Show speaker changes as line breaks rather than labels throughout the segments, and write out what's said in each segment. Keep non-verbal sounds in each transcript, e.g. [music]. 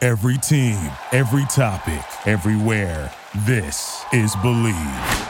Every team, every topic, everywhere. This is Believe.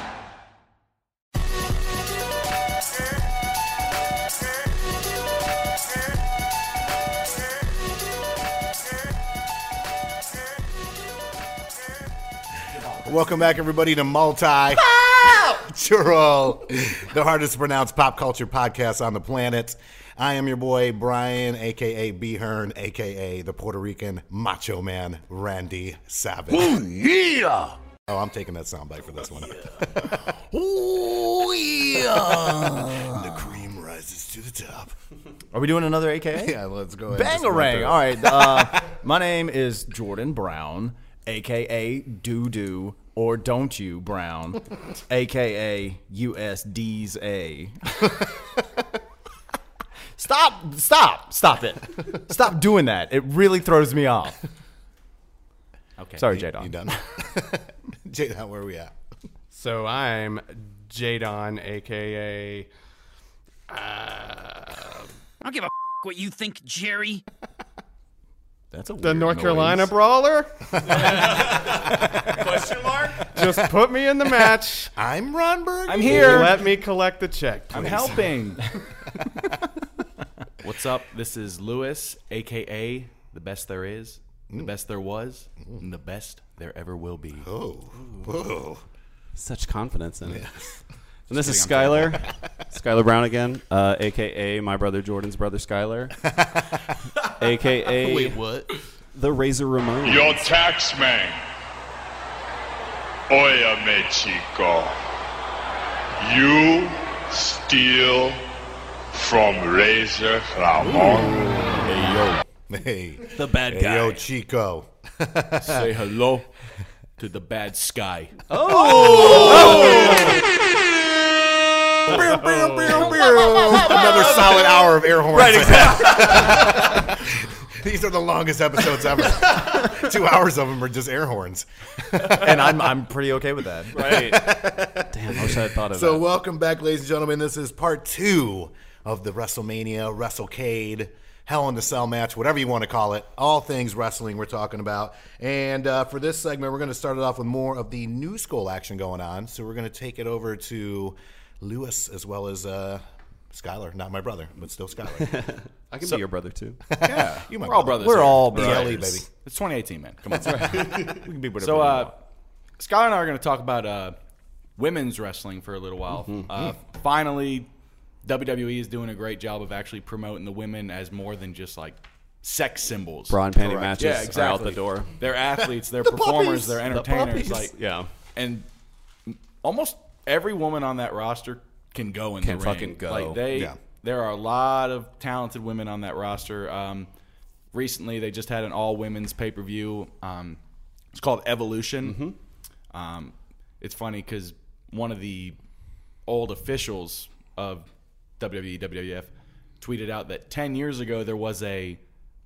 Welcome back, everybody, to Multi Cultural, the hardest to pronounce pop culture podcast on the planet. I am your boy Brian, aka B Hearn, aka the Puerto Rican Macho Man Randy Savage.
Yeah.
Oh, I'm taking that soundbite for
[laughs]
this one.
Ooh, yeah.
the cream rises to the top.
Are we doing another AKA?
Yeah, let's go. ahead and just run through
Bangarang.
it.
All right. Uh, my name is Jordan Brown, aka Doo Doo or Don't You Brown, aka USD's A. stop! Stop!
[laughs]
Stop it! Stop doing that. It really throws me off.
Okay.
Sorry, J
You
Dog.
done? [laughs] Jada, where are we at?
So I'm Jadon, aka
I don't give a f- what you think, Jerry.
That's a
the
weird
North
noise.
Carolina Brawler. Just put me in the [laughs] match.
I'm Ron Burgundy.
I'm here.
Let me collect the check.
I'm
please. [laughs]
helping.
What's up? This is Lewis, aka the best there is, the best there was, and the best there ever will be.
Oh, whoa.
Such confidence in it. And this is Skylar,
[laughs]
Skylar Brown again, uh, aka my brother Jordan's brother
[laughs]
Skylar, aka
what?
the Razor Ramon.
Your tax man. Oyame chico. You steal from Razor Ramon.
Hey,
The bad
hey,
guy.
yo, Chico. [laughs]
Say hello to the bad sky.
Oh. Oh. Another solid hour of air horns. [laughs] Right, exactly. These are the longest episodes [laughs] ever. Two hours of them are just air horns.
and I'm I'm pretty okay with that.
[laughs] Damn, I wish I had thought of
So,
that.
welcome back, ladies and gentlemen. This is part two of the WrestleMania, WrestleCade, Hell in the Cell match, whatever you want to call it. All things wrestling we're talking about. And uh, for this segment, we're going to start it off with more of the new school action going on. So, we're going to take it over to Lewis as well as uh, Skylar. Not my brother, but still
[laughs]
Skylar.
I can be your brother too.
You might
We're
call
all
it.
brothers.
We're
here.
all
BLE,
brothers.
baby.
It's 2018, man. Come on. [laughs]
We can be whatever
So,
we
uh,
want.
Skylar and I are going to talk about uh, women's wrestling for a little while. Uh, finally, WWE is doing a great job of actually promoting the women as more than just like sex symbols.
Bra and panty matches
yeah, exactly.
are out the door.
They're athletes. They're performers. They're entertainers.
puppies.
like
Yeah.
and almost every woman on that roster can go in
Can
the ring.
fucking go.
Like they,
Yeah.
there are a lot of talented women on that roster. Um, recently, they just had an all women's pay per view. Um, it's called Evolution.
Mm-hmm.
Um, it's funny because one of the old officials of E, WWE WWF tweeted out that 10 years ago there was a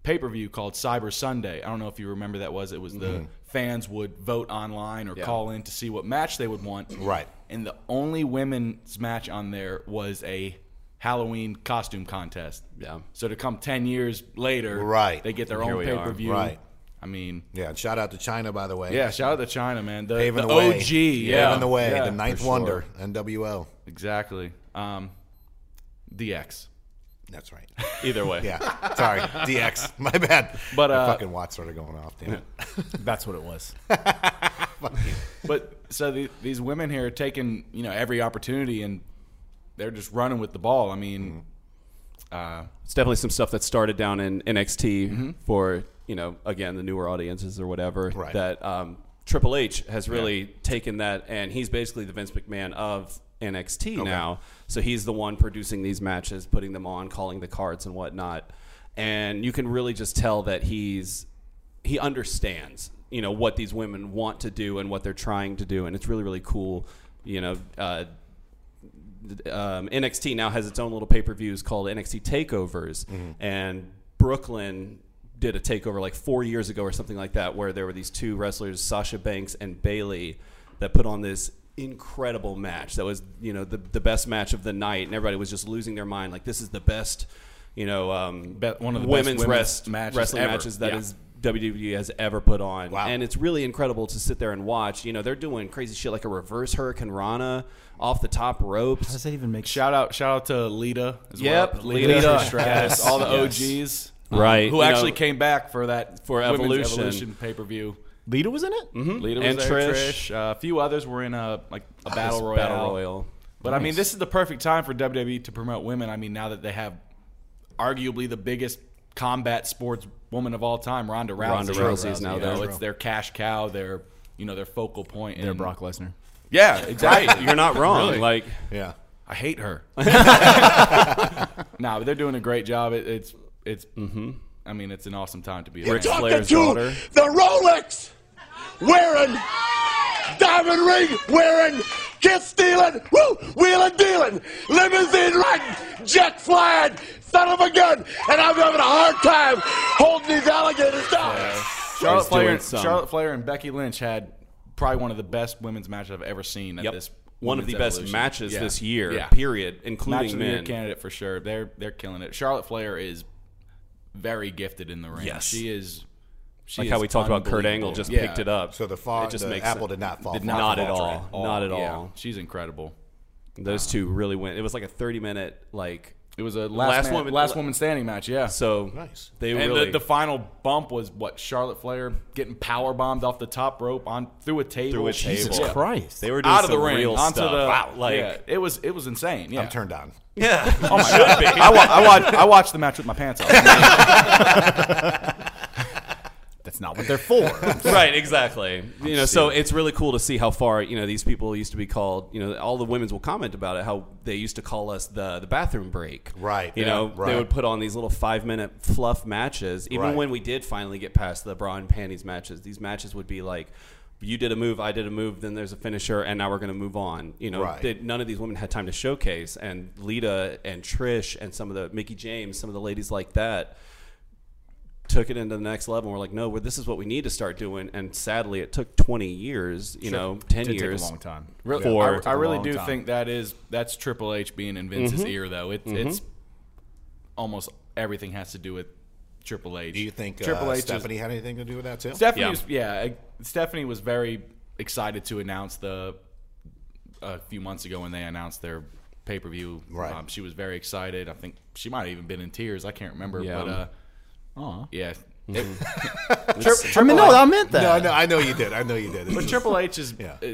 pay per view called Cyber Sunday. I don't know if you remember that was. It was
Mm-hmm.
the fans would vote online or call in to see what match they would want.
Right.
And the only women's match on there was a Halloween costume contest.
Yeah.
So to come 10 years later,
Right.
they get their
Here
own
we
pay
are.
per view.
Right.
I mean,
Yeah, and shout out to China, by the way.
yeah, shout out to China, man. The,
Paving
the
the way.
OG. Yeah.
Paving the way,
Yeah.
the ninth wonder, NWL.
Exactly. Um, DX.
That's right.
Either way.
Yeah, [laughs] sorry, DX. My bad.
But,
My
uh,
fucking watch started going off. Damn it.
that's what it was.
But so the, these women here are taking you know every opportunity and they're just running with the ball. I
Mm-hmm.
mean,
It's definitely some stuff that started down in NXT for you know again the newer audiences or whatever.
Right.
That um, Triple H has really taken that, and he's basically the Vince McMahon of NXT now. So he's the one producing these matches, putting them on, calling the cards and whatnot. And you can really just tell that he's he understands you know what these women want to do and what they're trying to do, and it's really really cool. You know. Uh, um, NXT now has its own little pay per views called NXT Takeovers,
Mm-hmm.
and Brooklyn did a takeover like four years ago or something like that, where there were these two wrestlers, Sasha Banks and Bailey, that put on this incredible match that was you know the the best match of the night, and everybody was just losing their mind like this is the best you know um,
Be- one of the best
women's,
women's
rest,
matches
wrestling
ever.
matches that
Yeah.
has WWE E has ever put on.
Wow.
And it's really incredible to sit there and watch. You know, they're doing crazy shit like a reverse Hurricane Rana off the top ropes.
Does that even make
Shout out, shout out to Lita as
Yep,
well.
Lita.
Stratus, all the OGs, um,
Right,
Who
you
actually
know,
came back for that
for
women's
Evolution.
evolution pay per view.
Lita was in it? Mm-hmm.
Lita was
And
there,
Trish.
Trish. Uh, a few others were in a like a battle royale.
Battle Royal.
But I mean, this is the perfect time for WWE to promote women. I mean, now that they have arguably the biggest combat sports woman of all time, Ronda Rousey.
Ronda Rousey is now
You know,
there.
It's their cash cow. Their you know their focal point.
They're
and-
Brock Lesnar.
Yeah,
[laughs]
exactly.
You're not wrong. Like,
Yeah.
I
[laughs]
hate her. [laughs] nah, but they're doing a great job. It, it's it's.
Mm-hmm.
I mean, it's an awesome time to be. A
Ric
fan.
Flair's daughter.
The Rolex wearing, diamond ring wearing, kiss stealing, woo, wheeling dealing, limousine riding, jet flying, son of a gun, and I'm having a hard time holding these alligators down.
Charlotte
He's doing
Flair,
some.
Charlotte Flair, and Becky Lynch had probably one of the best women's matches I've ever seen. At
Yep.
this
One of the
women's
best
evolution.
matches
Yeah.
this year,
Yeah.
period,
Match of
including
the year
men.
candidate for sure. They're they're killing it. Charlotte Flair is very gifted in the ring.
Yes.
she is. She
like
is
how we talked about Kurt
unbelievable.
Angle just
Yeah.
picked it up.
So the fall,
It just
the
makes
apple
it-
did not fall.
did
far
not
from
at
the tree.
all. Not at
Yeah.
all.
She's incredible.
Those two really went. It was like a 30 minute like.
It was a last
Last
man-
woman-
last woman standing match. Yeah.
So
Nice.
they
and
really
the, the final bump was what Charlotte Flair getting power bombed off the top rope on through a table.
Through a
Jesus
table.
Christ.
Christ.
they were doing
Out of the
some
ring
real
onto
stuff.
the
wow, like
yeah, it was it was insane. Yeah. Oh
I'm turned on.
yeah, [laughs]
I, wa- I, watched, I watched the match with my pants off. [laughs]
That's not what they're for.
[laughs] right, exactly. You know, so it's really cool to see how far you know these people used to be called. You know, all the women's will comment about it how they used to call us the the bathroom break.
Right,
You
yeah,
know,
right.
they would put on these little five minute fluff matches. Even
Right.
when we did finally get past the bra and panties matches, these matches would be like. You did a move, I did a move, then there's a finisher, and now we're going to move on. You know,
Right.
they- none of these women had time to showcase, and Lita and Trish and some of the Mickey James, some of the ladies like that, took it into the next level. And we're like, no, we're, this is what we need to start doing. And sadly, it took 20 years, you know, 10
Did take a
years.
long time.
Really,
For-
I, I really
Long
do
time.
think that is that's Triple H being in Vince's ear though. It's it's almost everything has to do with Triple H.
Do you think
Triple
uh,
H is-
Stephanie had anything to do with that too?
Stephanie
Yeah.
was yeah. uh, Stephanie was very excited to announce the a few months ago when they announced their pay per view.
Right.
Um, she was very excited. I think she might have even been in tears. I can't remember.
Yeah.
But uh, yeah. It-
I mean, no, I meant that.
no, I know, I know you did. I know you did. It's
but
just-
Triple H is.
Yeah.
uh,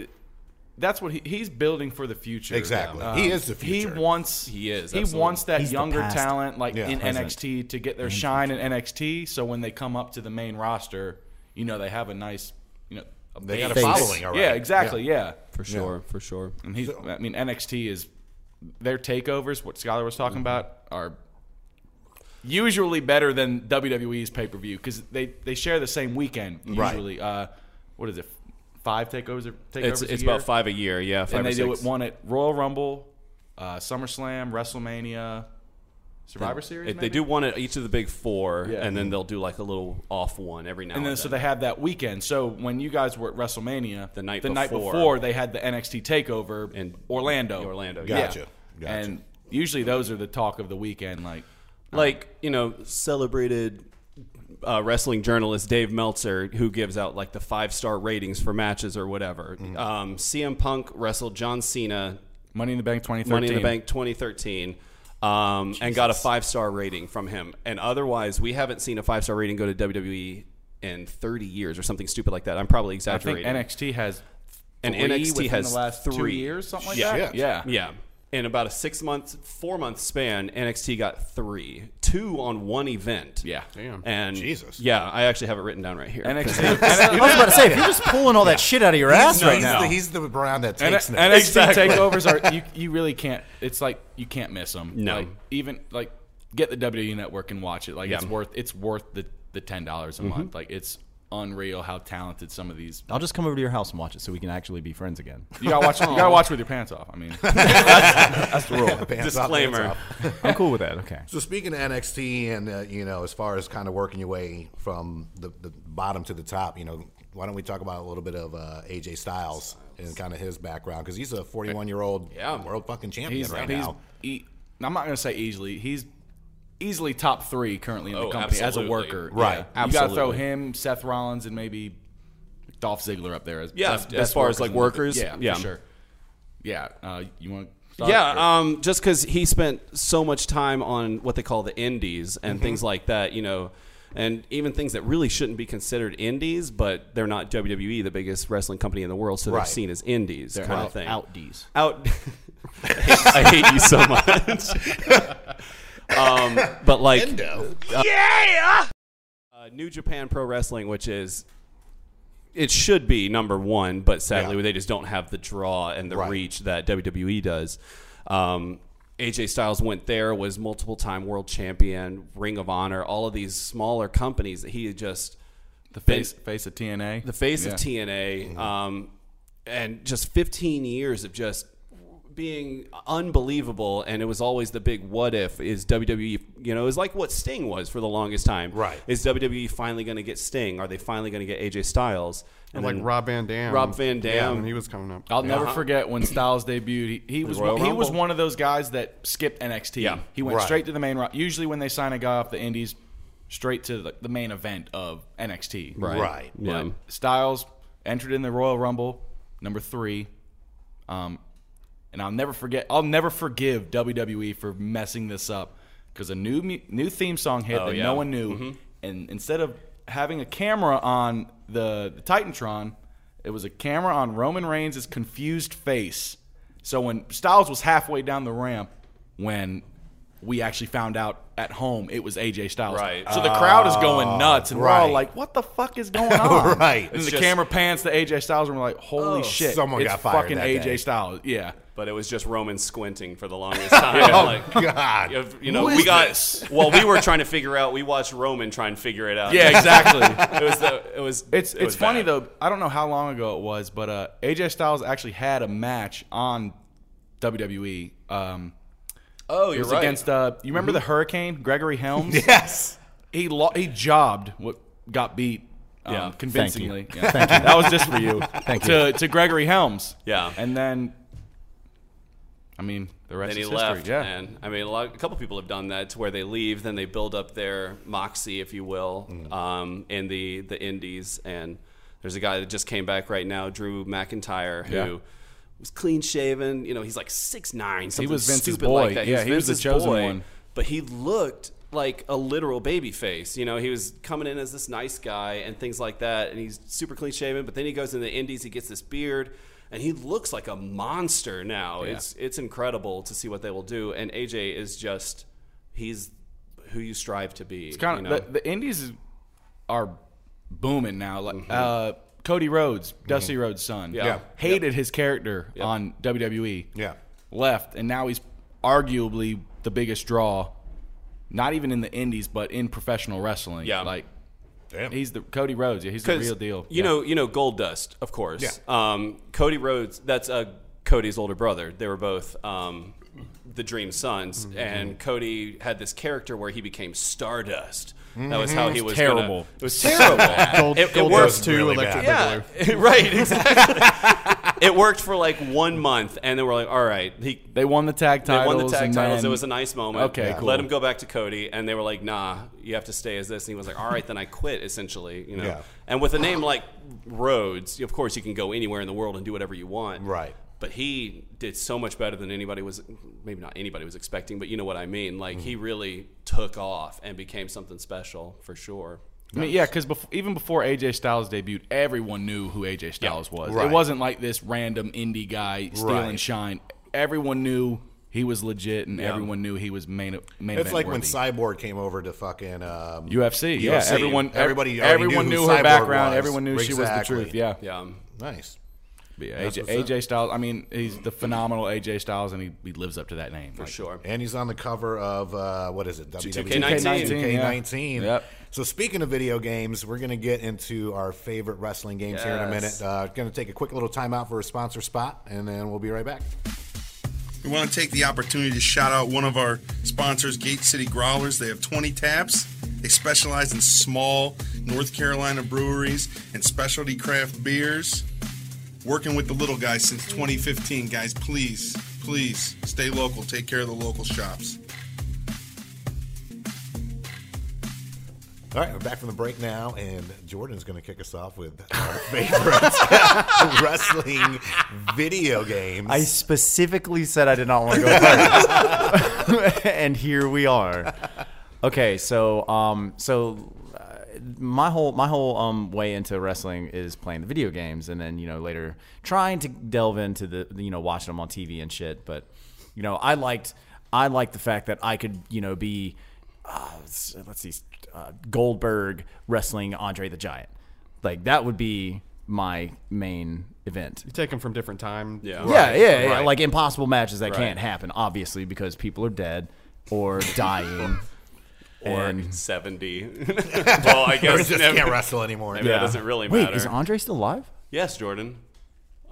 that's what he, he's building for the future. Um,
Exactly. He is the future.
He wants. He
is,
He
absolutely.
wants that
He's the
younger
past.
talent, like
Yeah.
in
Present.
NXT, to get their shine in NXT. So when they come up to the main roster, you know they have a nice, you know, a
they got a
base.
following already.
Yeah, exactly. Yeah.
For sure, for sure.
And he's, I mean, NXT is their takeovers. What Skylar was
Mm-hmm.
talking about are usually better than WWE's pay per view because they they share the same weekend usually. Uh, what is it? Five takeovers. takeovers
It's,
a
it's
year?
about five a year, yeah. Five
and
or
they do it
six.
one at Royal Rumble, uh, SummerSlam, WrestleMania, Survivor Series.
If they
maybe?
do one at each of the big four,
Yeah.
and then they'll do like a little off one every now
and
and,
then so they have that weekend. So when you guys were at WrestleMania,
The night
the night
before.
before they had the NXT Takeover
In
in Orlando,
Orlando,
Yeah.
Gotcha. Gotcha.
And usually those are the talk of the weekend. Like
like you know celebrated uh, wrestling journalist Dave Meltzer, who gives out like the five star ratings for matches or whatever.
Mm-hmm.
Um, CM Punk wrestled John Cena
Money in the Bank 2013.
Money in the Bank 2013. Um, and got a five star rating from him. And otherwise, we haven't seen a five star rating go to WWE in 30 years or something stupid like that. I'm probably
I think
exaggerating.
NXT has
And
three
NXT
within
has
the last two
three.
years, something like
Yeah.
that. Yeah,
yeah. In about a six month, four month span, NXT got three, two on one event.
yeah.
And
Jesus.
Yeah, I actually have it written down right here. [laughs]
NXT,
I was about to say, if you're just pulling all that shit out of your ass
No,
right
he's, the,
now,
he's the Brown that
And,
takes
NXT
notes.
takeovers are you, you really can't. It's like you can't miss them.
No.
like, even like get the WWE Network and watch it. Like it's
Yeah. Mm-hmm.
worth it's worth the the ten dollars a month. Like it's unreal how talented some
[laughs]
of these.
I'll just come over to your house and watch it so we can actually be friends again.
You gotta watch. you gotta watch with your pants off.
[laughs]
I mean,
That's the rule.
Pants off,
Disclaimer.
pants off.
I'm cool with that. Okay.
So speaking of NXT and uh, you know, as far as kind of working your way from the, the bottom to the top, you know, why don't we talk about a little bit of uh, AJ Styles and kind of his background because he's a 41 year old
Yeah.
world fucking champion
[laughs]
he's
right
he's.
now.
e- I'm not gonna say easily. He's easily top three currently in the
Oh,
company as a
absolutely.
worker.
Right,
You got to throw
absolutely.
him, Seth Rollins, and maybe Dolph Ziggler up there as
Yeah,
best,
as
best
far as, like,
in the-
workers,
Yeah,
yeah.
for sure. Yeah, uh, you want?
yeah, um, just because he spent so much time on what they call the indies
Mm-hmm.
and things like that, you know, and even things that really shouldn't be considered indies, but they're not WWE, the biggest wrestling company in the world, so
Right.
they're seen as indies kind
out,
of thing.
out D's.
out. [laughs] I hate you so much.
[laughs]
um, but like, uh, New Japan Pro Wrestling, which is it should be number one, but sadly
Yeah.
they just don't have the draw and the
Right.
reach that WWE does. Um, AJ Styles went there, was multiple time world champion, Ring of Honor, all of these smaller companies that he had just
the face face of TNA.
the face
Yeah.
of TNA, um, and just 15 years of just being unbelievable. And it was always the big what if is WWE, you know, it was like what Sting was for the longest time.
Right.
Is WWE finally going to get Sting? Are they finally going to get AJ Styles?
And like
then-
Rob Van Dam.
Rob Van Dam.
Yeah, when he was coming up.
I'll never forget when Styles debuted. He, he was
Royal
one, he was
Rumble.
one of those guys that skipped NXT.
Yeah.
he went
Right.
straight to the main. ro- Usually, when they sign a guy off the Indies, straight to the, the main event of NXT.
Right.
Right.
Yeah.
Styles entered in the Royal Rumble, number three. Um, and I'll never forget. I'll never forgive WWE for messing this up because a new mu- new theme song hit that
Oh, yeah. Mm-hmm.
no one knew, and instead of having a camera on the, the Titantron, it was a camera on Roman Reigns' confused face. So when Styles was halfway down the ramp, when we actually found out at home it was AJ Styles.
Right.
So the crowd is going nuts, and we're
Oh,
all
right.
like, "What the fuck
[laughs]
is going on?"
Right.
And
It's
the
just-
camera pans to AJ Styles, and we're like, "Holy shit!"
someone
it's
got fired
Fucking
that
AJ
day.
Styles. Yeah.
But it was just Roman squinting for the
[laughs]
longest time. Like,
God.
if- you know,
Who is
we got
this?
[laughs] well, we were trying to figure out. We watched Roman try and figure it out. [laughs]
Yeah. Exactly.
it was. The, it was.
[laughs] It's
it
it's
was
funny
bad.
though. I don't know how long ago it was, but uh, AJ Styles actually had a match on WWE. Um,
Oh,
it
you're
was
right.
against uh, you remember the Hurricane Gregory Helms?
yes.
He lo- he jobbed what got beat. Um,
Yeah.
convincingly.
Thank you.
[laughs] Yeah.
Thank you.
That was just for you.
Thank
to to Gregory Helms.
Yeah.
and then. I mean, the rest
then he
is history.
left.
yeah,
And I mean, a, lot, a couple people have done that to where they leave, then they build up their moxie, if you will,
Mm.
um, in the the indies. And there's a guy that just came back right now, Drew McIntyre, who.
Yeah.
Was clean shaven, you know. He's like six nine. Something
was Vince's
stupid
boy.
Like that.
Yeah, he was the
Vince's
chosen
boy,
one.
But he looked like a literal baby face. You know, he was coming in as this nice guy and things like that, and he's super clean shaven. But then he goes in the Indies, he gets this beard, and he looks like a monster now. It's it's incredible to see what they will do. And AJ is just he's who you strive to be. It's
kind of the, the indies is- are booming now like uh cody rhodes dusty rhodes son
Mm-hmm. Yeah. Yeah.
hated his character on wwe
Yeah.
left and now he's arguably the biggest draw not even in the indies but in professional wrestling
Yeah.
like
Damn.
he's the cody rhodes yeah he's the
'Cause,
real deal
You
Yeah.
know, you know, Gold Dust, of course.
Yeah.
Um, Cody Rhodes. That's uh, Cody's older brother. They were both um, the Dream Sons,
Mm-hmm.
and Cody had this character where he became Stardust. That was how he was gonna-
Mm-hmm. terrible.
it
[laughs]
was terrible.
Gold,
it
Gold
works
Dust too.
really
Electric
yeah,
Boogaloo.
[laughs] right. Exactly. [laughs] it worked for like one month, and then we're like, all right, he.
they won the tag
They
titles
won the tag
and
titles.
then-
It was a nice moment.
Okay, cool.
Let him go back to Cody, and they were like, "Nah, you have to stay as this." And he was like, "All right, then I quit." Essentially, you know.
Yeah.
And with a name like Rhodes, of course, you can go anywhere in the world and do whatever you want.
Right.
But he did so much better than anybody was, maybe not anybody was expecting, but you know what I mean. Like he really took off and became something special for sure.
I mean, yeah, because bef- even before AJ Styles debuted, everyone knew who AJ Styles was.
Right.
It wasn't like this random indie guy stealing
Right.
shine. Everyone knew he was legit, and everyone knew he was main main
It's
event
like when
worthy.
Cyborg came over to fucking um,
UFC. Yeah,
UFC.
everyone, ev-
Everybody already
everyone
knew
knew,
who
her
Cyborg
background.
was.
Everyone knew she was the
Exactly.
truth. Yeah,
Yeah.
Nice.
But yeah, AJ, AJ Styles. I mean, he's the phenomenal AJ Styles, and he, he lives up to that name for
Sure.
And he's on the cover of uh, what is it? WWE
2K19.
2K19.
yeah. Yep.
So speaking of video games, we're going to get into our favorite wrestling games here in a minute.
Yes.
Uh, going to take a quick little timeout for a sponsor spot, and then we'll be right back.
We want to take the opportunity to shout out one of our sponsors, Gate City Growlers. They have 20 taps. They specialize in small North Carolina breweries and specialty craft beers. Working with the little guys since 2015. Guys, please, please stay local. Take care of the local shops.
All right, we're back from the break now, and Jordan's going to kick us off with our [laughs] favorite [laughs] wrestling video games.
I specifically said I did not want to go first, [laughs] and here we are. Okay, so um, so uh, my whole my whole um way into wrestling is playing the video games, and then you know later trying to delve into the you know watching them on TV and shit. But you know I liked I liked the fact that I could you know be uh, let's, let's see uh, Goldberg wrestling Andre the Giant, like that would be my main event
You take them from different time.
Yeah.
yeah, yeah, yeah.
Right.
Like impossible matches that
Right.
can't happen, obviously, because people are dead
[laughs]
or dying.
Or
and
70. [laughs] well, I guess.
just
never- [laughs]
can't wrestle anymore.
I mean, that doesn't really
wait,
matter.
is Andre still alive?
yes, Jordan.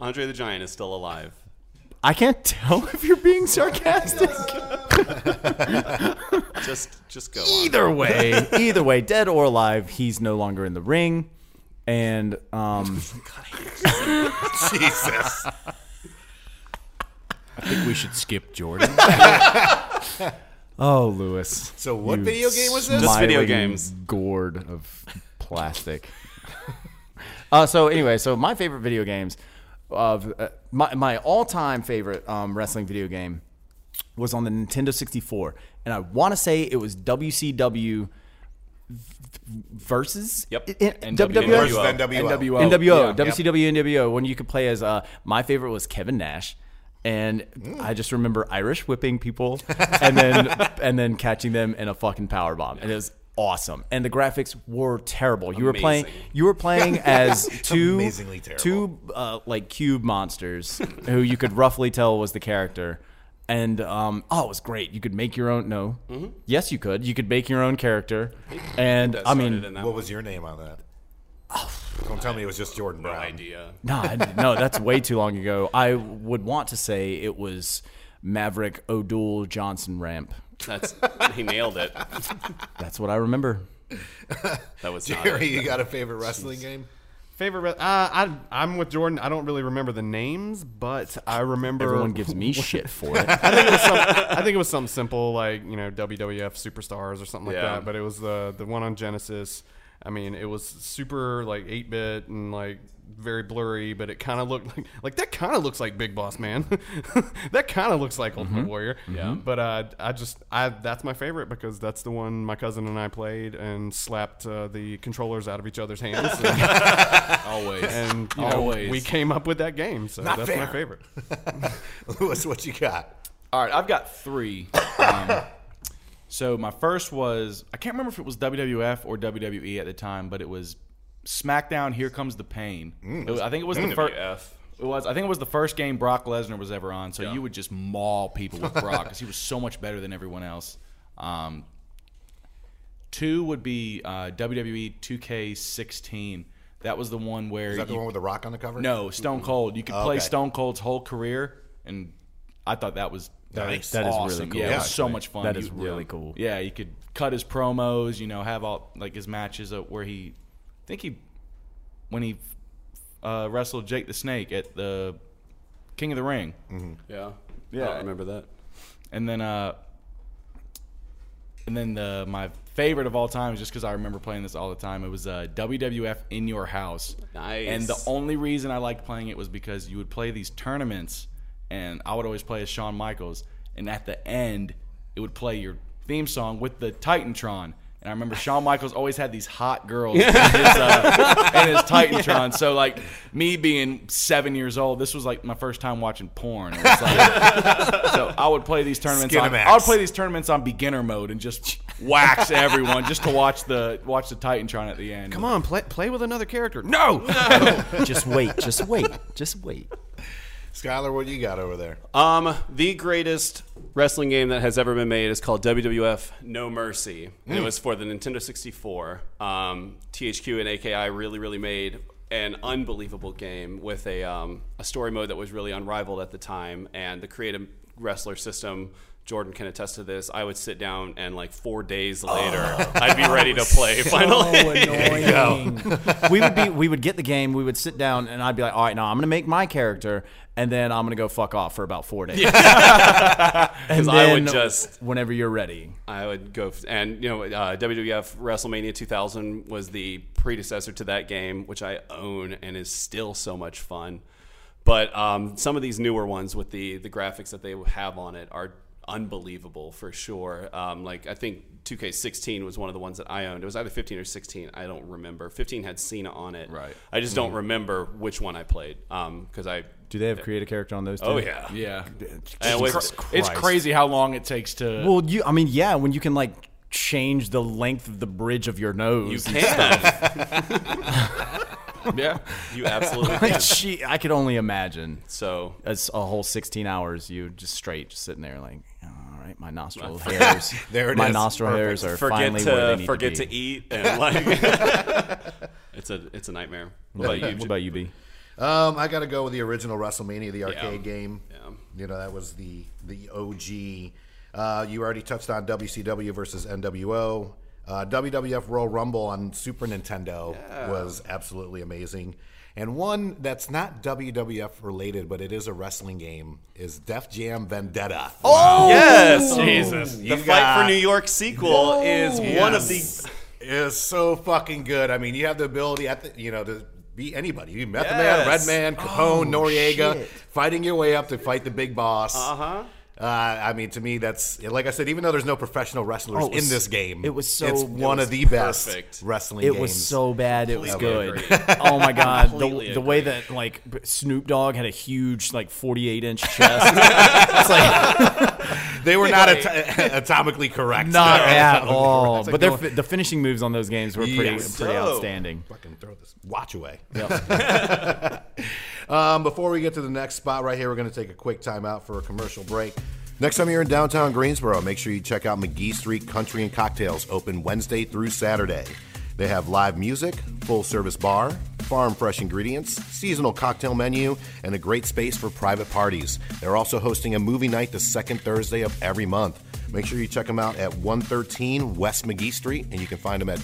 Andre the Giant is still alive.
I can't [laughs] tell if you're being sarcastic.
[laughs] Just just go
either way, either way, dead or alive, he's no longer in the ring. And
[laughs]
um,
Jesus.
I think we should
[laughs]
skip Jordan.
oh, Lewis.
So what
you
video game was this?
Just video
smiling
games.
Gourd of plastic. [laughs] uh, so anyway, so my favorite video games of uh, my my all time favorite um, wrestling video game was on the Nintendo 64, and I want to say it was WCW v- versus
Yep.
I- I- WWF
Worse than WL.
NWO.
NWO,
Yeah.
WCW, NWO. When you could play as uh, my favorite was Kevin Nash, and I just remember Irish whipping people, and then and then catching them in a fucking power bomb, and it was awesome. And the graphics were terrible. You were playing,
Amazing.
you were playing as two
Amazingly terrible.
two uh, like cube monsters who you could roughly tell was the character. And um, oh, it was great. You could make your own. No, yes, you could. You could make your own character, and I mean,
in that
What was your name on that? Don't tell me it was just Jordan Brown.
idea.
No, I didn't- no, that's way too long ago. I would want to say it was Maverick O'Doul Johnson Ramp.
That's he nailed it.
That's what I remember.
[laughs]
That was not
Jerry,
it.
you got a favorite wrestling game? [laughs]
Favorite. re- Uh, I, I'm with Jordan. I don't really remember the names, but I remember.
Everyone gives me shit for it.
I think, it was some, I think it was something simple like you know WWF Superstars or something like
Yeah.
that. But it was the the one on Genesis. I mean, it was super like eight bit and like very blurry, but it kind of looked like like that kind of looks like Big Boss Man. [laughs] that kind of looks like Ultimate Warrior. Yeah. But uh, I just I that's my favorite because that's the one my cousin and I played and slapped uh, the controllers out of each other's hands. And, [laughs]
Always.
and, you know,
Always.
we came up with that game, so that's my
fair.
favorite.
Lewis, what you got?
All right, I've got three.
[laughs]
Um, so my first was I can't remember if it was WWF or WWE at the time, but it was SmackDown. Here comes the pain.
Mm.
It was- I think it was the first. It was. I think it was the first game Brock Lesnar was ever on. So you would just maul people
[laughs]
with Brock because he was so much better than everyone else. Um, two would be uh, WWE 2K16. That was the one where
Is that the
you-
one with the rock on the cover?
no, Stone Cold. You could play
Mm-hmm. Okay.
Stone Cold's whole career, and I thought that was
Nice.
That is really
awesome.
cool,
Yeah, it was so
actually.
much fun.
That
That is
is really cool.
Yeah, you could cut his promos. You know, have all like his matches uh, where he, I think he, when he uh, wrestled Jake the Snake at the King of the Ring,
Mm-hmm.
Yeah. Yeah. I remember that.
and then uh, and then the my favorite of all time, just because I remember playing this all the time, it was uh, WWF in your house.
Nice.
And the only reason I liked playing it was because you would play these tournaments, and I would always play as Shawn Michaels, and at the end, it would play your theme song with the Titantron. And I remember Shawn Michaels always had these hot girls in his, uh, in
[laughs]
his Titantron. So, like, me being seven years old, this was like my first time watching porn.
[laughs]
It was like- so, I would play these tournaments. On,
Skinamax.
I would play these tournaments on beginner mode and just wax everyone just to watch the watch the Titantron at the end.
Come on, play play with another character. No.
just wait, just wait, just wait.
Skylar, what you got over there?
Um, the greatest wrestling game that has ever been made is called WWF No Mercy. And it was for the Nintendo 64. Um, THQ and AKI really, really made an unbelievable game with a, um, a story mode that was really unrivaled at the time. And the creative wrestler system Jordan can attest to this. I would sit down and like four days later, I'd be ready to play. finally,
we would be we would get the game, we would sit down and I'd be like, "All right, now I'm going to make my character and then I'm going to go fuck off for about 4 days." And [laughs]
[laughs] 'Cause I would
then
just-
whenever you're ready.
I would go, f- and you know, uh, WWF WrestleMania 2000 was the predecessor to that game, which I own and is still so much fun. But um, some of these newer ones with the the graphics that they have on it are unbelievable for sure. Um, like I think 2K16 was one of the ones that I owned. It was either 15 or 16. I don't remember. 15 had Cena on it. Right. I just don't remember which one I played because I.
Do they have create a character on those two?
Oh yeah.
Yeah.
I always-
It's cra- it's crazy how long it takes to.
Well, you I mean, yeah, when you can like change the length of the bridge of your nose. [laughs]
You
and stuff.
[laughs] can.
yeah.
You absolutely can.
She- I could only imagine.
So
That's a whole 16 hours you just straight just sitting there like all right, my nostril
[laughs]
hairs.
There it
my
is.
nostril hairs are
forget
finally
to
where they need
forget
to,
to,
be.
eat and like [laughs] it's a it's a nightmare. What about you?
What about you, B?
Um, I got to go with the original WrestleMania, the arcade
Yeah.
game. You know, that was the the OG. Uh, you already touched on WCW versus NWO. Uh, WWF Royal Rumble on Super Nintendo was absolutely amazing. And one that's not WWF related, but it is a wrestling game, is Def Jam Vendetta. Oh,
Yes, Jesus. The fight
got-
for New York sequel is one of the.
is so fucking good. I mean, you have the ability at the, you know to be anybody. You Method Man,
Yes.
Red Man,
Oh,
Capone, Noriega, fighting your way up to fight the big boss. Uh-huh. I mean, to me, that's like I said. Even though there's no professional wrestlers
Oh, it was-
in this game,
it was so-
it's
it
one
was
of the
perfect.
best wrestling.
It
games. [laughs]
was so bad. It was
Completely
good. [laughs] Oh my god, the,
Completely
the way that like b- Snoop Dogg had a huge like 48 inch chest. [laughs] it's like
they
[laughs]
were not at- [laughs] atomically correct. [laughs]
not
[laughs]
No.
at all. But
like
their,
going-
fi- the finishing moves on those games were pretty
Yes.
pretty
So-
outstanding.
fucking throw this watch
[laughs]
away. um, before we get to the next spot right here, we're going to take a quick timeout for a commercial break. Next time you're in downtown Greensboro, make sure you check out McGee Street Country and Cocktails, open Wednesday through Saturday. They have live music, full service bar, farm fresh ingredients, seasonal cocktail menu, and a great space for private parties. They're also hosting a movie night the second Thursday of every month. Make sure you check them out at 113 West McGee Street, and you can find them at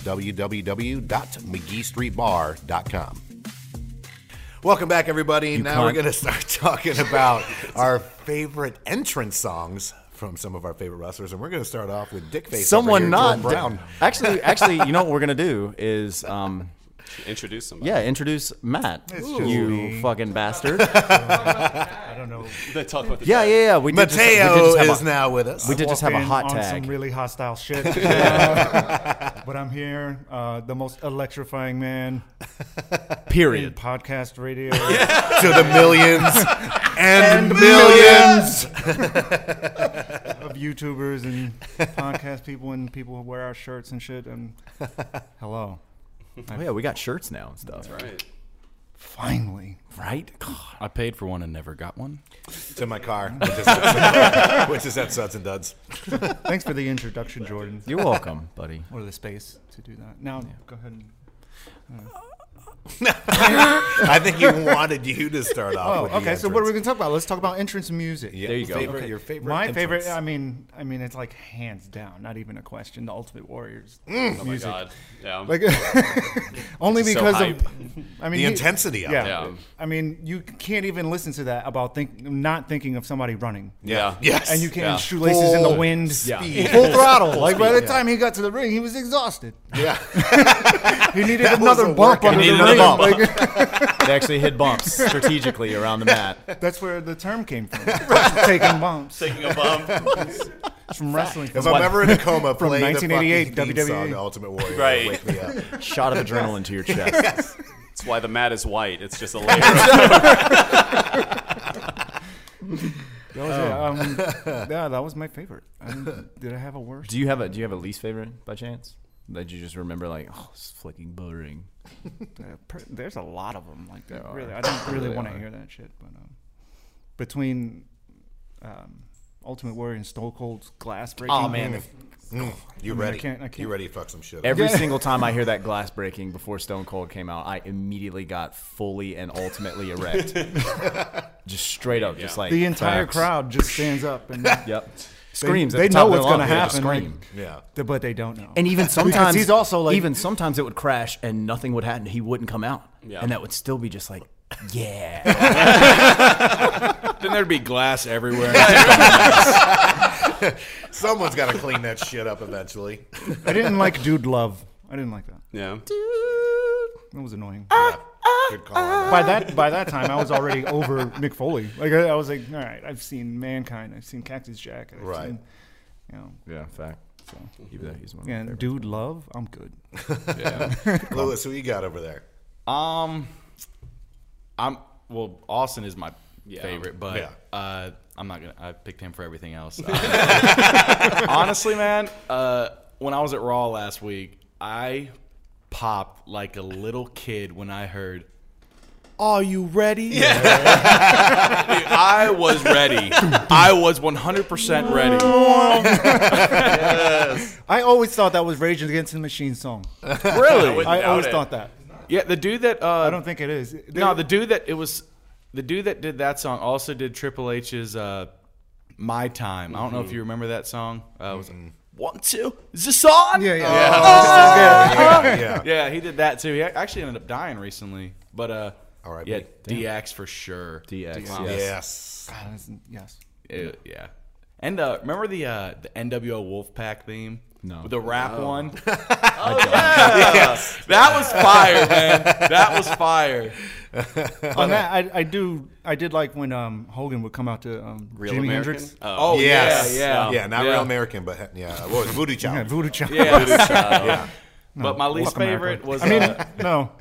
www.mcgeestreetbar.com. Welcome back, everybody. now we're
cunt.
going to start [laughs] talking about our favorite entrance songs from some of our favorite wrestlers, and we're going to start off with Dick Face. over
Someone
here,
not
Joe Brown.
[laughs] Actually, actually, you know what we're gonna do is um,
Introduce somebody.
yeah, introduce Matt. you fucking bastard.
I don't know.
They talk about the
Yeah, yeah, yeah. We did just- we did
Mateo
just have a-
is now with us.
We did just have a
Walked in
hot
on
tag.
Some really hostile
[laughs]
shit. Uh, but I'm here, uh, the most electrifying man in
period.
podcast radio.
[laughs] to the
[laughs]
millions and, millions.
millions. [laughs] of YouTubers and podcast people and people who wear our shirts and shit. And hello,
Oh, yeah, we got shirts now and stuff. Right.
Right.
finally,
Right.
I paid for one and never got one.
to my car, which is at, which is at Suds and Duds.
thanks for the introduction, Jordan,
You're welcome,
[laughs]
buddy.
or the space to do that. Now, go ahead. And,
I think he wanted you to start off.
oh,
with the
okay. So what are we
entrance.
going to talk about? Let's talk about entrance music.
Yeah,
There you go.
Favorite, Your favorite.
My favorite.
entrance.
I mean, I mean, it's like hands down, not even a question. The Ultimate Warriors.
Mm.
Oh my god. Yeah.
Like, only
So
because
hype.
of, [laughs] I mean,
The
you-
intensity of
yeah.
it.
Yeah.
I mean, you can't even listen to that about think not thinking of somebody running.
yeah.
Yes.
And you can't
Yeah.
shoelaces in the
Full
wind.
speed.
Full throttle. Like by the time he got to the ring, he was exhausted.
Yeah.
[laughs] He needed
That was a
another bump
workout.
under
He
the
needed
ring.
another
Like,
They actually hit bumps strategically around the mat.
that's where the term
[laughs]
came from. Taking bumps.
Taking a bump.
It's from wrestling.
If I'm ever in a coma,
From
play
1988
the fucking theme song
WWE.
to Ultimate Warrior.
Right.
Wake me up.
Shot of adrenaline to your
[laughs]
chest.
That's why the mat is white. It's just a layer. of
That was, yeah, um, yeah, that was my favorite. I didn't- did I have a worse?
Do you have a Do you have a least favorite by chance that you just remember like oh it's flicking boring?
Uh, per- there's a lot of them like
[laughs]
that.
There
Really,
are.
I don't really
Really
want to
are.
hear that shit. But um, between um, Ultimate Warrior and Stone Cold's glass breaking,
Oh man, if-
You ready?
can't- I can't.
You ready to fuck some shit? up?
every single time I hear that glass breaking before Stone Cold came out, I immediately got fully and ultimately
[laughs]
erect. just straight up, just like
the entire
facts. [laughs]
crowd just stands up and
Yep. screams.
They,
at the
know
top of
what's
their
going to
lungs. They just
happen.
Scream.
Yeah.
th- But they don't know.
And even [laughs]
Because
sometimes
he's also like
even sometimes it would crash and nothing would happen. He wouldn't come out,
Yeah.
and that would still be just like, yeah.
[laughs]
then there'd be glass everywhere.
Someone's got to clean that shit up eventually.
I didn't like Dude Love. I didn't like that.
Yeah.
That was annoying.
Ah,
Good call. on
by that by that time, I was already over Mick Foley. Like I, I was like, all right, I've seen Mankind, I've seen Cactus Jack, I've
Right.
seen, you know,
yeah, fact. So, even though he's one.
yeah, Dude Love. I'm good.
that. Lewis, who you got over there?
Um, I'm well. Austin is my favorite, but
Yeah.
uh, I'm not gonna. I picked him for everything else. [laughs] Uh, honestly, man, uh, when I was at Raw last week, I popped like a little kid when I heard. Are you ready? Yeah. I was ready. I was 100% ready.
I always thought that was Rage Against the Machine song.
Really?
I always thought that.
Yeah, the dude that uh,
I don't think it is. They-
no, the dude that it was, the dude that did that song also did Triple H's uh, "My Time." I don't
Mm-hmm.
know if you remember that song. Uh, it was one, two, is this on? Oh.
yeah, yeah.
Yeah.
[laughs] yeah. He did that too. He ac- actually ended up dying recently, but uh, all
right,
yeah,
man.
DX for sure.
DX,
Wow.
yes.
Yes.
God, that's- yes.
It- yeah. And uh, remember the uh, the NWO Wolfpack theme?
No.
The rap
[laughs]
one? oh, [laughs] yeah. That was fire, man. That was fire.
On that, I, I do. I did like when um, Hogan would come out to um,
Real
Jimi
American?
Hendrix.
Oh,
yes.
yeah, yeah.
Yeah, not
Yeah.
real American, but he- yeah. What was it? Voodoo Child?
Yeah, Voodoo Child.
[laughs] Yeah. But my least
Fuck America.
favorite was
I mean,
uh,
no.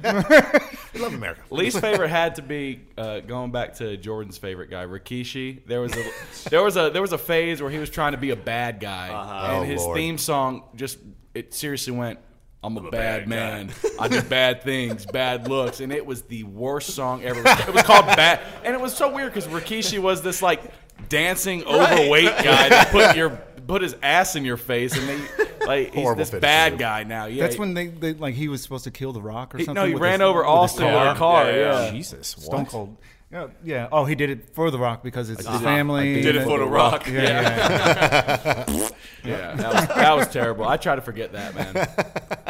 We love America.
[laughs] least favorite had to be uh, going back to Jordan's favorite guy, Rikishi. There was a there was a there was a phase where he was trying to be a bad guy, and
Oh,
his
Lord.
theme song just it seriously went. I'm a, bad, man. I [laughs] do bad things, bad looks, and it was the worst song ever. It was called "Bad," and it was so weird because Rikishi was this like [laughs] dancing overweight guy [laughs] that put your put his ass in your face, and they like he's
Horrible
this
finish,
bad
dude.
guy now. Yeah,
That's when they, they like he was supposed to kill the Rock or
he,
something.
no, he
with
ran
his-
over
with his
Austin with a car. yeah.
Jesus, what?
Stone Cold. Yeah, yeah. Oh, he did it for the Rock because it's his
did it.
family.
I
Did it
and-
for the rock.
Yeah,
Yeah,
yeah. yeah.
[laughs] that, was, that was terrible. I try to forget that, man.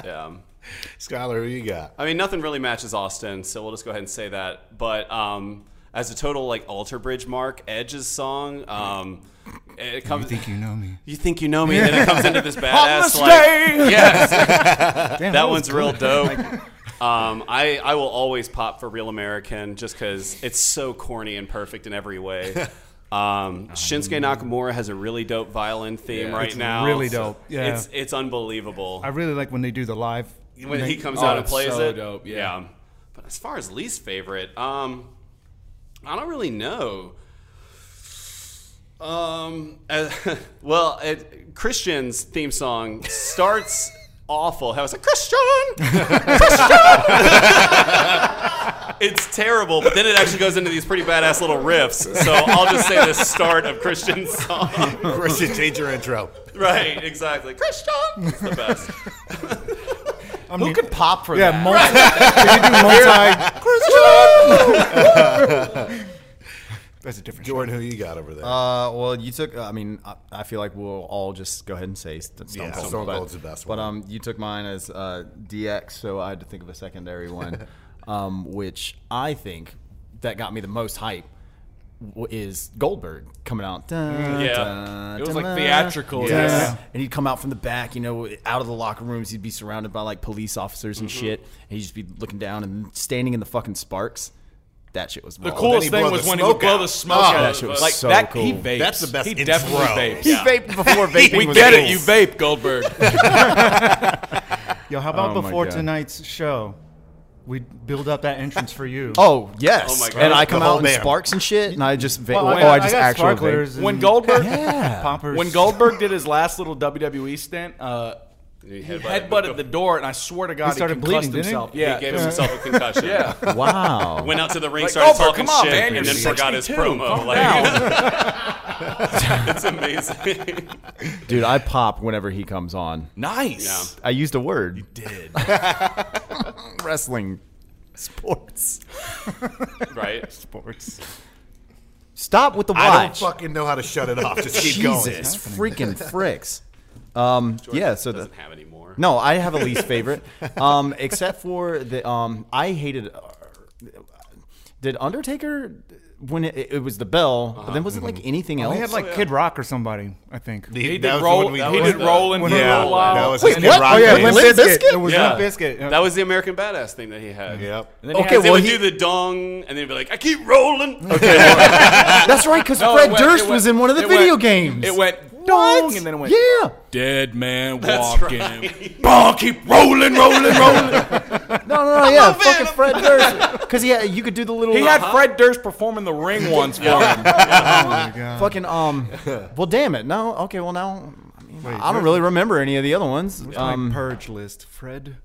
Yeah.
Skylar, who you got? [laughs]
I mean, nothing really matches Austin, so we'll just go ahead and say that. But um, as a total like alter bridge mark, Edge's song, um, it comes. You think
you know me.
you, know me, and then it comes
[laughs]
into this badass like, yes,
Damn,
that
was
one's
good.
real dope. Um, I, I will always pop for Real American just because it's so corny and perfect in every
[laughs]
way. Um, Shinsuke Nakamura has a really dope violin theme right
It's
now.
really
so
dope, yeah.
it's it's unbelievable
I really like when they do the live.
when he comes
Oh,
out and
it's
plays
so
it.
dope, yeah.
But as far as least favorite, um, I don't really know. Um, uh, [laughs] well, it, Christian's theme song [laughs] starts awful. I was like, Christian, Christian. [laughs] it's terrible, but then it actually goes into these pretty badass little riffs. So I'll just say the start of Christian's song.
Christian, change your intro.
right, exactly. Christian, it's the best.
I
Who
mean,
could pop for
yeah,
that?
multi, if you do multi. That's a different.
Jordan, who you got over there?
Uh, [laughs] well, you took. I mean, I, I feel like we'll all just go ahead and say St- Stone
Yeah,
Cold.
Stone
but-
Cold's the best
But
one.
um, you took mine as uh, DX, so I had to think of a secondary one, [laughs] um, which I think that got me the most hype w- is Goldberg coming out.
Yeah.
It was, like, theatrical. Yes.
And he'd come out from the back, you know, out of the locker rooms. He'd be surrounded by like police officers and shit. And he'd just be looking down and standing in the fucking sparks. That shit was
the
raw.
he
coolest
blow
thing
the
was when he would
smoke
blow
out.
the smoke
Oh,
out.
that shit was
like
so
that,
cool.
he vapes.
That's the best
He
intro.
definitely vapes.
He
[laughs]
vaped before vaping
We
was
get
cool.
it. You vape, Goldberg.
Yo, how about
Oh my
before
God.
tonight's show, we build up that entrance for you?
Oh yes!
Oh my God.
And I come
The whole
out in
band.
sparks and shit, and I just va-
Well,
oh,
I,
I
I
just
got
actually
sparklers
va-
and
when Goldberg,
poppers.
when Goldberg did his last little WWE stint, uh,
He
he headbutted the door, and I swear to God, he,
started bleeding,
concussed
didn't he?
himself.
He
Yeah,
He gave himself a concussion.
[laughs]
yeah.
[laughs]
wow,
Went out to the ring,
Like,
started talking
Goldberg, come on,
shit,
man, you're
and then forgot his
62,
promo.
calm
[laughs] Like, it's [laughs] amazing.
dude, I pop whenever he comes on.
nice.
I used a word. You [laughs] did wrestling, sports, [laughs]
Right?
sports.
Stop with the watch.
I don't fucking know how to shut it off. Just keep going.
Jesus, freaking fricks. Um, yeah, so doesn't have any more. No, I have a least favorite, um, except for the um, I hated. did Undertaker when it, it was the bell? But then was it like anything
Well,
else?
he had like Kid Rock or somebody, I think.
He did that was roll- when we- he did roll and
when
roll
rolled
out.
out.
That was his Kid Rock
Oh yeah,
thing.
Limp
Limp
Bizkit.
Bizkit?
It was
Yeah.
Limp Bizkit.
That was the American Badass thing that he had.
Yep.
okay,
Okay,
well,
well,
would
he-
do the dong, and then he'd be like, "I keep rolling." Okay,
That's right, because
[laughs] No, it
Fred
went-
Durst
it went-
was in one of the
it
video
went-
games.
It went
What?
and then it went.
Yeah.
Dead man
That's
walking.
right.
Ball keep rolling, rolling, rolling.
No,
[laughs]
no, no, yeah, fucking Fred Durst. Because yeah, you could do the little. uh, Oh
He had
[laughs]
Fred Durst Oh perform in the
[laughs]
ring once for him.
fucking um. Well, damn it. No, okay. Well, now I, mean,
Wait,
I don't
you're-
really remember any of the other ones.
um,
Um,
purge list. Fred.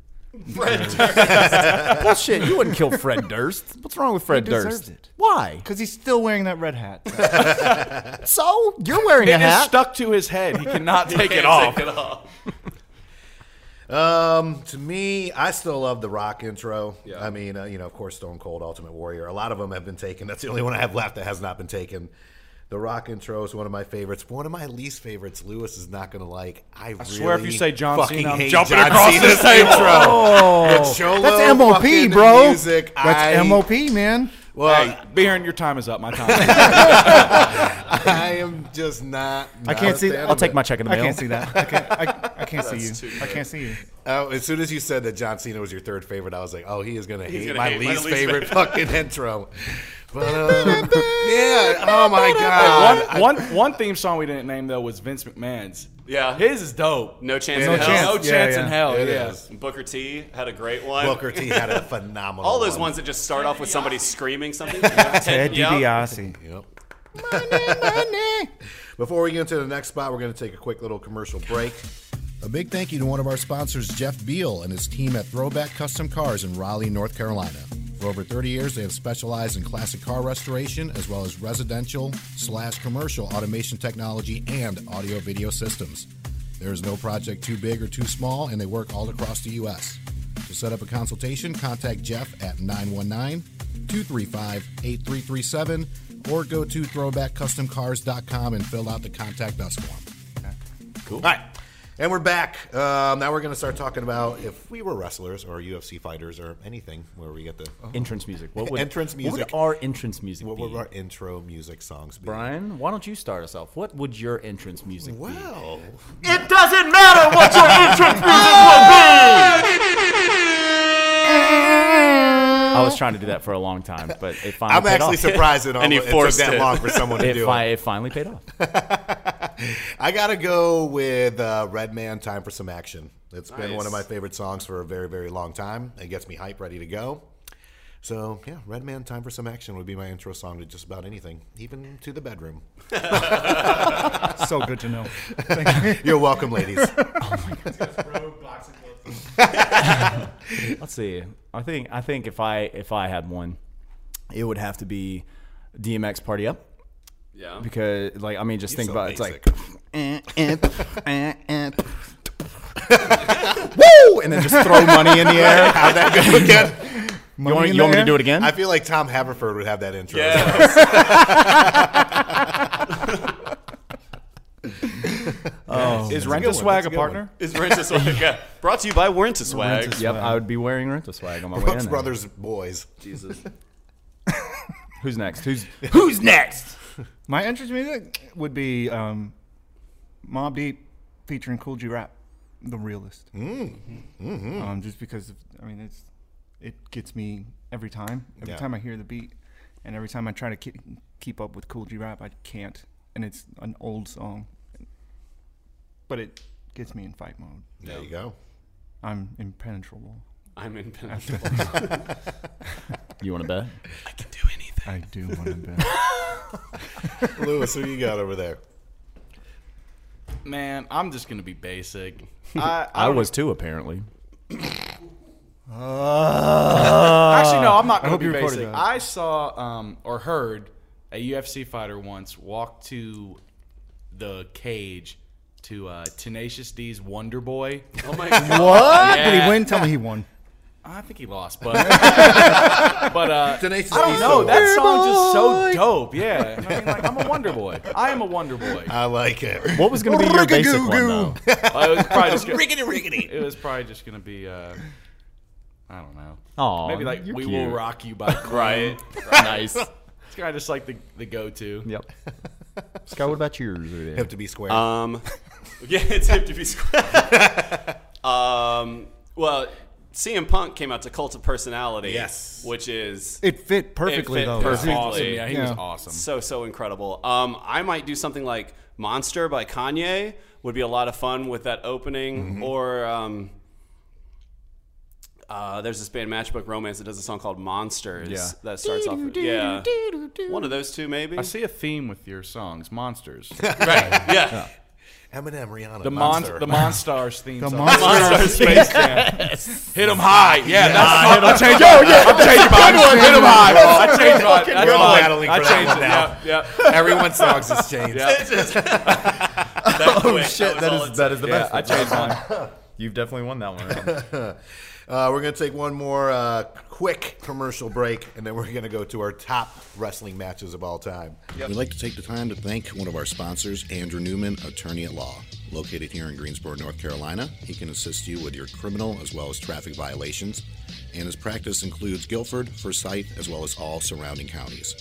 bullshit. You wouldn't kill Fred Durst. What's wrong with Fred
He
Durst?
deserves it. [laughs]
Why?
Because he's still wearing that red hat.
[laughs] So you're wearing a
It is
hat.
stuck to his head. He cannot take it off.
Um, to me, I still love the rock intro. I mean, uh, you know, of course, Stone Cold, Ultimate Warrior. A lot of them have been taken. That's the only one I have left that has not been taken. The rock intro is one of my favorites. One of my least favorites. Lewis is not going to like. I, really
swear if you say John
fucking
Cena, I'm
hate
jumping
John
across
Cena's
this [laughs] table.
intro.
Oh,
The cholo
that's MOP,
fucking
bro.
music,
That's
I-
MOP, man.
Well,
Hey, Baron, your time is up. My time. Is up.
I am just not.
I can't see-
I'll take my check in the
I
mail.
can't see that. I can't, I, I can't see you. I can't see you.
Oh, as soon as you said that John Cena was your third favorite, I was like, oh, he is gonna hate
gonna
my
hate my
least
least
favorite
[laughs]
fucking intro. But, uh, yeah. Oh my god.
one, one, one theme song we didn't name though was Vince McMahon's.
Yeah.
his is dope.
no chance.
No
in hell.
chance.
No
Yeah,
chance
yeah.
in hell.
It
yeah.
is.
Booker T had a great one.
Booker T had a phenomenal.
All those
one.
ones that just start off with somebody screaming something.
Ted
Yeah.
DiBiase.
Yep. Before we get into the next spot, we're going to take a quick little commercial break. A big thank you to one of our sponsors, Jeff Beal, and his team at Throwback Custom Cars in Raleigh, North Carolina. For over 30 years, they have specialized in classic car restoration as well as residential slash commercial automation technology and audio video systems. There is no project too big or too small, and they work all across the U.S. To set up a consultation, contact Jeff at 919 235 8337 or go to throwbackcustomcars.com and fill out the contact us form. Cool. All right. And we're back. Um, now we're going to start talking about if we were wrestlers or UFC fighters or anything where we get the
entrance music. What would
Entrance
What
music.
would our entrance music
what
be?
would our intro music songs be?
Brian, why don't you start us off? What would your entrance music be?
Well,
It doesn't matter what your entrance music will be. I was trying to do that for a long time, but it finally
I'm
paid
actually
off.
surprised that all-
And he
it took
forced
that
it. [laughs]
long for someone to
It,
do
fi-
it.
it finally paid off.
I got to go with uh, Red Man, Time for Some Action. It's been one of my favorite songs for a very, very long time. It gets me hype, ready to go. So, yeah, Red Man, Time for Some Action would be my intro song to just about anything, even to the bedroom.
So good to [laughs] know.
You're welcome,
[laughs]
ladies.
Let's see. I think I think if I if I had one, it would have to be DMX Party Up
Yeah.
because like I mean just think
so
about it, it's like
basic.
Eh,
woo and then just [laughs] throw money in the air.
How'd that go again?
[laughs]
You want, you want me to do it again?
I feel like Tom Haverford would have that intro.
Yeah.
Oh.
Is Rent a Swag a partner?
Is Rentaswag? yeah. Brought to you by Rentaswag.
Yep, I would be wearing rental swag on my way in.
Brooks
there.
Brothers boys.
Who's next? [laughs] Who's Who's next?
My entrance music would be um, Mob Deep featuring Cool G Rap, the realist. Um, just because of, I mean it's it gets me every time. Every
Yeah.
time I hear the beat, and every time I try to keep keep up with Cool G Rap, I can't. And it's an old song, but it gets me in fight mode.
There you go.
I'm impenetrable.
I'm in.
You want to bet?
I do want to bet.
Lewis, who you got over there?
Man, I'm just gonna be basic. I,
I was too, apparently.
Actually, no, I'm not going
hope
to
you
be
recorded
basic.
that.
I saw um, or heard a UFC fighter once walk to the cage to uh, Tenacious D's Wonder Boy.
Oh my god.
What? Did he win? Tell me he won.
I think he lost, but [laughs] but uh,
Danae's
I don't
a
know. That
wonder
song's just so
boy.
dope. Yeah, I mean, like, I'm a wonder boy. I am a wonder boy.
Uh,
I like it.
What was gonna be your basic one, though? [laughs]
Well, it was probably just gonna,
Riggity, riggity.
It was probably just gonna be. Uh, I don't know.
Aw,
maybe like
Um, you're
"We
cute.
Will Rock You" by Queen.
Right. Nice.
It's kind of just like the the go to.
Yep. Scott, what about yours? over there?
Have to be square.
Um, yeah, [laughs] it's hip to be square. [laughs] um, well, CM Punk came out to Cult of Personality.
Yes.
which is
It fit perfectly,
It fit
though.
perfectly.
Yeah. Awesome. Yeah, he was Yeah.
awesome.
So so incredible. Um, I might do something like Monster by Kanye. Would be a lot of fun with that opening or. Um, uh, there's this band Matchbook Romance that does a song called Monsters
Yeah.
that starts off. Yeah, one of those two maybe.
I see a theme with your songs, monsters.
[laughs] yeah.
Eminem, Rihanna,
The mon-
monster.
the Monstars theme
The
song.
Monstars.
Space Jam. Hit 'em high. Yeah, that's
hit 'em-
I'm changing.
Yo, yeah,
I'm changing mine.
good one,
Hit 'em high.
That's
I changed mine. That's
We're all
mine.
battling
I
for that
changed
one
it.
now.
Yep, yep.
Everyone's songs
[laughs]
has changed.
oh
Shit, that is that is the
Yeah,
best.
I
one.
changed mine.
[laughs] You've definitely won that [laughs] one.
Uh, we're going to take one more uh, quick commercial break, and then we're going to go to our top wrestling matches of all time. We'd like to take the time to thank one of our sponsors, Andrew Newman, attorney at law. Located here in Greensboro, North Carolina, he can assist you with your criminal as well as traffic violations, and his practice includes Guilford, Forsyth, as well as all surrounding counties.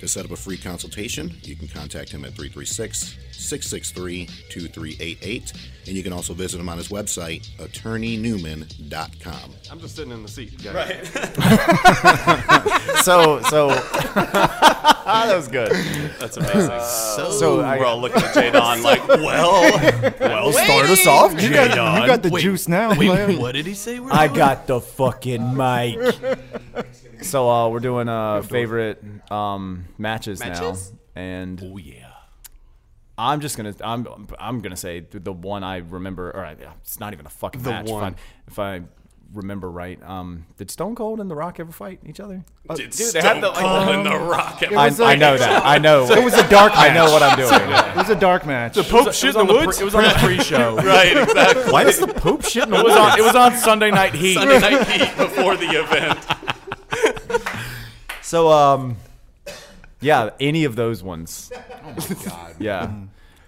To set up a free consultation, you can contact him at 336 663 2388, and you can also visit him on his website, attorneynewman.com.
I'm just sitting in the seat. guys.
so so Ah, that was good.
That's amazing. [laughs]
So I,
We're all looking [laughs] at Jadon like, [laughs] well, well,
start us off,
You got, you got the juice now. [laughs] player.
did he say? We're
I got the fucking mic. [laughs] so uh, we're doing uh, favorite um, matches,
Matches?
now, and oh yeah. I'm just gonna I'm I'm gonna say th- the one I remember. All right, it's not even a fucking match. if I-
one.
If I, remember right, um, did Stone Cold and The Rock ever fight each other?
Did Stone Cold and The Rock ever
I, I know [laughs] that. I know. it was a dark. [laughs] I know what I'm doing.
It was a dark match.
Oh,
Pope shit in the woods. It was on the
[laughs]
pre-show.
Right, exactly.
Why does the poop shit in the
It was on. It was on Sunday Night Heat.
Sunday night heat before the event.
So um, yeah, any of those ones. Oh my god. yeah.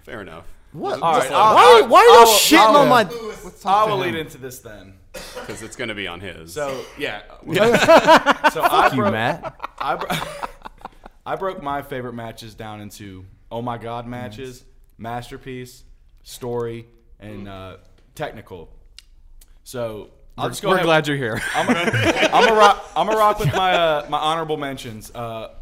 Fair enough.
What?
All right,
Just let
I'll-
Why,
I'll-
why are you
I'll-
shitting
I'll-
on my?
I will lead into this then.
Because it's going to be on his.
So yeah. so I
Fuck you,
broke-
Matt.
I, bro- [laughs] I broke my favorite matches down into oh my god matches, masterpiece, story, and uh, technical. So I'll just go.
We're
ahead-
glad you're here.
I'm gonna, I'm gonna rock. I'm gonna rock with my uh, my honorable mentions. Uh,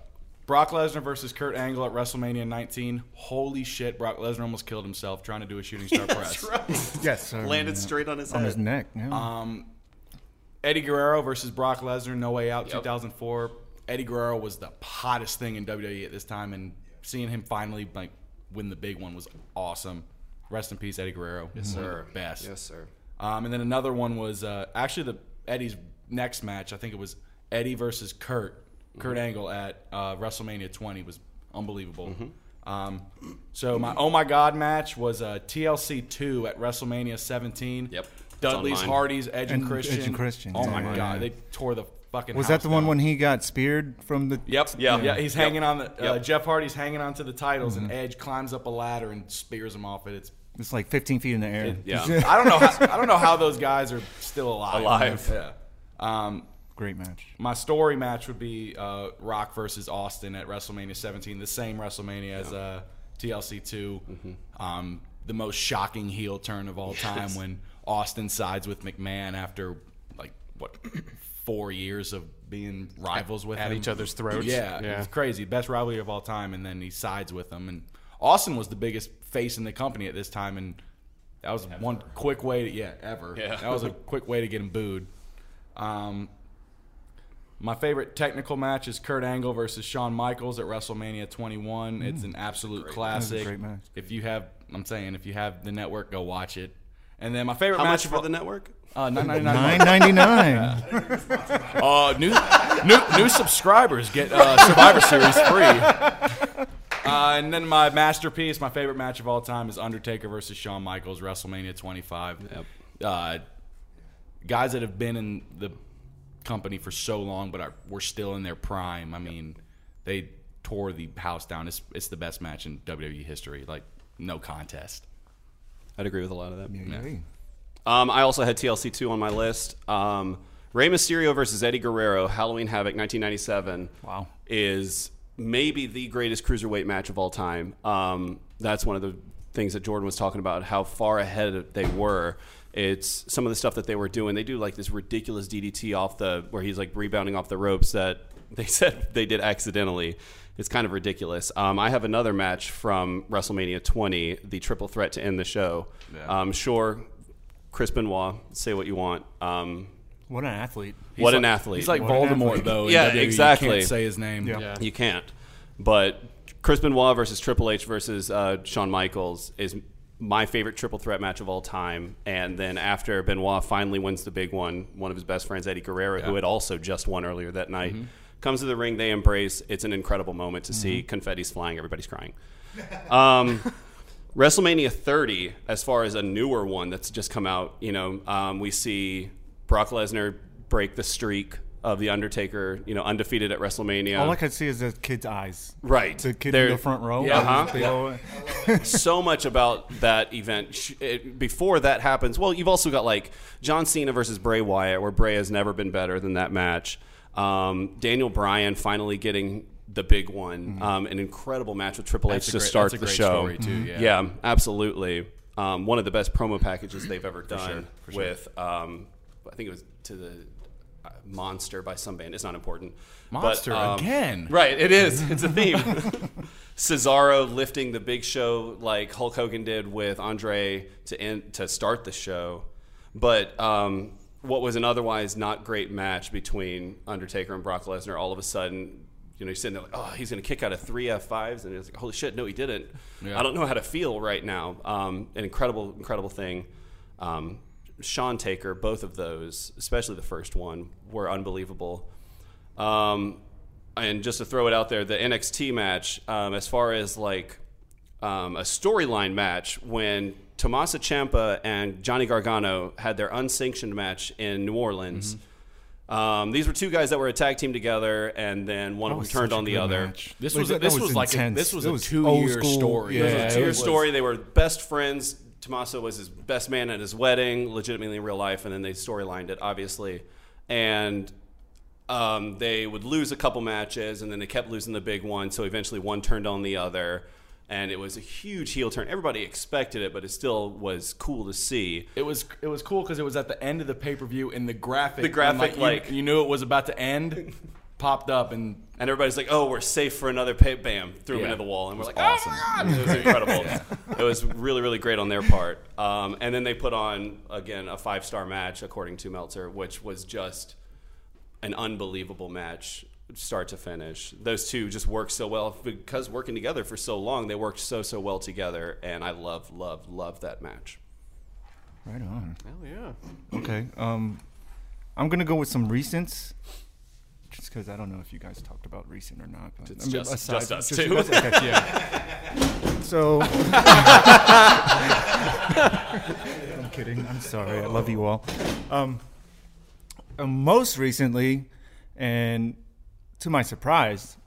Brock Lesnar versus Kurt Angle at WrestleMania 19. Holy shit! Brock Lesnar almost killed himself trying to do a shooting star press.
yes, sir.
Landed straight on his
on his
head.
neck. Yeah.
um,
Eddie Guerrero versus Brock Lesnar, No Way Out, 2004. Eddie Guerrero was the hottest thing in WWE at this time, and seeing him finally like win the big one was awesome. Rest in peace, Eddie Guerrero. Yes, sir. Best.
Yes, sir.
Um, and then another one was uh, actually the Eddie's next match. I think it was Eddie versus Kurt, Kurt
Mm-hmm.
Angle at uh, WrestleMania 20 was unbelievable.
Mm-hmm.
Um, so my oh my god match was uh, TLC 2 at WrestleMania 17.
Yep.
Dudley's,
It's on mine.
Hardy's, Edge and,
And
Christian.
Edge and Christian,
Oh
yeah.
my
Yeah.
god, they tore the fucking.
was
house
that the
down.
one when he got speared from the?
Yep.
Yeah.
Yeah. He's
Yep.
hanging on the uh,
Yep.
Jeff Hardy's hanging onto the titles,
Mm-hmm.
and Edge climbs up a ladder and spears him off it.
[laughs]
It's
It's like 15 feet in the air.
Yeah.
I don't know. How, I don't know how those guys are still alive.
Alive.
Yeah. Um,
Great match.
my story match would be uh, Rock versus Austin at WrestleMania 17, the same WrestleMania as uh, TLC 2. Um, the most shocking heel turn of all time when Austin sides with McMahon after like what four years of being rivals with
At
him.
each other's throats.
Yeah,
Yeah.
it's crazy. Best rivalry of all time, and then he sides with them. And Austin was the biggest face in the company at this time, and that was one quick way to yeah ever.
Yeah.
that was a quick way to get him booed. Um, my favorite technical match is Kurt Angle versus Shawn Michaels at WrestleMania
Mm.
21. It's an absolute classic.
great match.
If you have, I'm saying, if you have the network, go watch it. And then my favorite
How
match
much for the network? [laughs]
uh, 999
[laughs] 9.99.
uh, new, new new subscribers get uh, Survivor Series free. Uh, and then my masterpiece, my favorite match of all time, is Undertaker versus Shawn Michaels, WrestleMania 25. Uh, guys that have been in the company for so long, but are, we're still in their prime. I mean, they tore the house down. It's it's the best match in WWE history, like no contest.
I'd agree with a lot of that.
Yeah.
Um, I also had TLC 2 on my list. Um, Rey Mysterio versus Eddie Guerrero, Halloween Havoc 1997. Wow. Is maybe the greatest cruiserweight match of all time. Um, that's one of the things that Jordan was talking about, how far ahead they were. It's some of the stuff that they were doing. They do like this ridiculous DDT off the, where he's like rebounding off the ropes that [laughs] they said they did accidentally. It's kind of ridiculous. Um, I have another match from WrestleMania 20, the triple threat to end the show.
Yeah.
Um, sure, Chris Benoit, say what you want. Um,
What an athlete.
what an athlete!
he's like E What an Voldemort, athlete. though, in
Yeah,
WWE. You
exactly.
can't say his name. Yeah. Yeah.
You can't. But Chris Benoit versus Triple H versus uh, Shawn Michaels is my favorite triple threat match of all time. And then after Benoit finally wins the big one, one of his best friends, Eddie Guerrero, who
Yeah.
had also just won earlier that night,
Mhm.
comes to the ring. They embrace. It's an incredible moment to see.
Mhm.
Confetti's flying. Everybody's crying. [laughs] Um, WrestleMania 30, as far as a newer one that's just come out, you know, um, we see Brock Lesnar break the streak of The Undertaker, you know, undefeated at WrestleMania.
All I could see is the kid's eyes.
Right.
The kid
They're-
in the front row.
Yeah.
Uh-huh. They [laughs] all-
Uh-huh. so much about that event. Sh- it- Before that happens, well, you've also got like John Cena versus Bray Wyatt, where Bray has never been better than that match. Um, Daniel Bryan finally getting the big one.
Mm-hmm.
Um, an incredible match with Triple
That's
H
a
to
great-
start
that's
the
a great
show.
story, too, Mhm.
Mm-hmm.
yeah.
absolutely. Um, one of the best promo packages they've ever
For sure,
done
for sure.
with, um, I think it was to the uh, Monster by some band. It's not important. But,
Monster again.
Um, Right, it is.
[laughs]
It's a theme. Cesaro lifting the Big Show like Hulk Hogan did with Andre to end to start the show, but um, what was an otherwise not great match between Undertaker and Brock Lesnar, all of a sudden, you know, you're sitting there like, oh, he's going to kick out of three F fives, and it's like, holy shit, no, he didn't.
Yeah.
I don't know how to feel right now. Um, an incredible, incredible thing. Um, Sean Taker, both of those, especially the first one, were unbelievable. Um, and just to throw it out there, the NXT match, um, as far as like um, a storyline match, when Tommaso Ciampa and Johnny Gargano had their unsanctioned match in New Orleans.
Mm-hmm.
Um, these were two guys that were a tag team together, and then one
That
of them
was
turned
such a
on the
good
other.
match. This Like, was a- that- that this was was like a- intense. this was It a was two-year
old
school. story.
This
Yeah,
was
it
a two year
was.
story. They were best friends. Tommaso was his best man at his wedding, legitimately in real life, and then they storylined it, obviously. And um, they would lose a couple matches, and then they kept losing the big one. So eventually, one turned on the other, and it was a huge heel turn. Everybody expected it, but it still was cool to see.
It was it was cool because it was at the end of the pay per view and the graphic.
The graphic,
when,
like-
you, you knew it was about to end, [laughs] popped up and
and everybody's like, "Oh, we're safe for another pay." Bam, threw him
Yeah.
into the wall, and we're like,
Awesome.
"Oh my god, it
[laughs]
was incredible." It was really, really great on their part. Um, and then they put on again a five star match, according to Meltzer, which was just an unbelievable match, start to finish. Those two just worked so well because working together for so long, they worked so so well together, and I love, love, love that match.
Right on.
Hell yeah.
Okay. Um, I'm gonna go with some recents, just because I don't know if you guys talked about recent or not. But
It's
I mean,
just-
aside-
just us
just
two.
you guys- okay.
[laughs] Yeah.
So. I'm kidding. I'm sorry. I love you all. Um, uh, most recently, and to my surprise,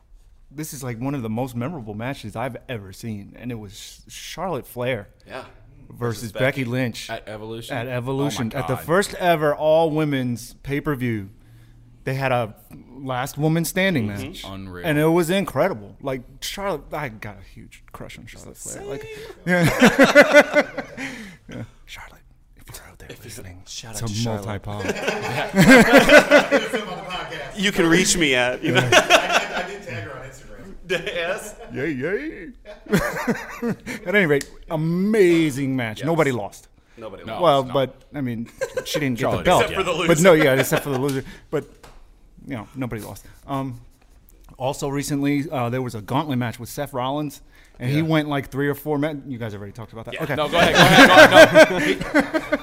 this is like one of the most memorable matches I've ever seen, and it was Charlotte Flair.
Yeah.
Versus,
Versus
Becky
Becky.
Lynch
At Evolution?
At
Oh my
Evolution, at the
God.
first ever all women's pay per view, they had a last woman standing
Mhm.
match,
Unreal.
and it was incredible. Like Charlotte, I got a huge crush on Charlotte Flair. Like, yeah. [laughs] Yeah. Charlotte, if you're out there listening,
shout
it's
out
a
to Charlotte.
multi-pod.
Yeah. You can reach me at, you know.
I, did, I did tag her on Instagram.
[laughs] Yes.
Yay, yay. [laughs] At any rate, amazing match. Nobody lost.
Nobody No, lost.
Well,
no.
but I mean, she didn't get the
Charlotte
belt.
did, Except for yeah. the
But no,
loser.
yeah, except for the loser. But you know, nobody lost. Um, also recently, uh, there was a gauntlet match with Seth Rollins, and he went like three or four. Ma- you guys already talked about that.
Yeah.
Okay.
No, Oh, go ahead, go ahead, go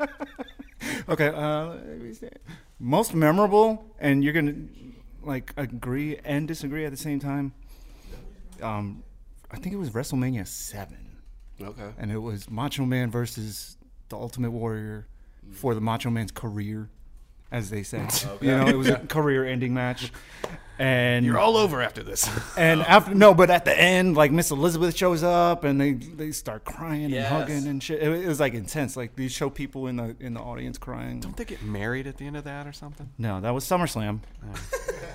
ahead, no.
okay. Uh, let me see. most memorable, and you're gonna like agree and disagree at the same time. Um, I think it was WrestleMania seven.
Okay.
And it was Macho Man versus the Ultimate Warrior for the Macho Man's career. as they say.
Okay.
[laughs] You know, it was a career-ending match, and
You're all over after this. [laughs]
And after no, but at the end, like Miss Elizabeth shows up, and they they start crying
Yes.
and hugging and shit. It, was- it was like intense. Like they show people in the in the audience crying.
Don't they get married at the end of that or something?
No, that was [laughs] SummerSlam.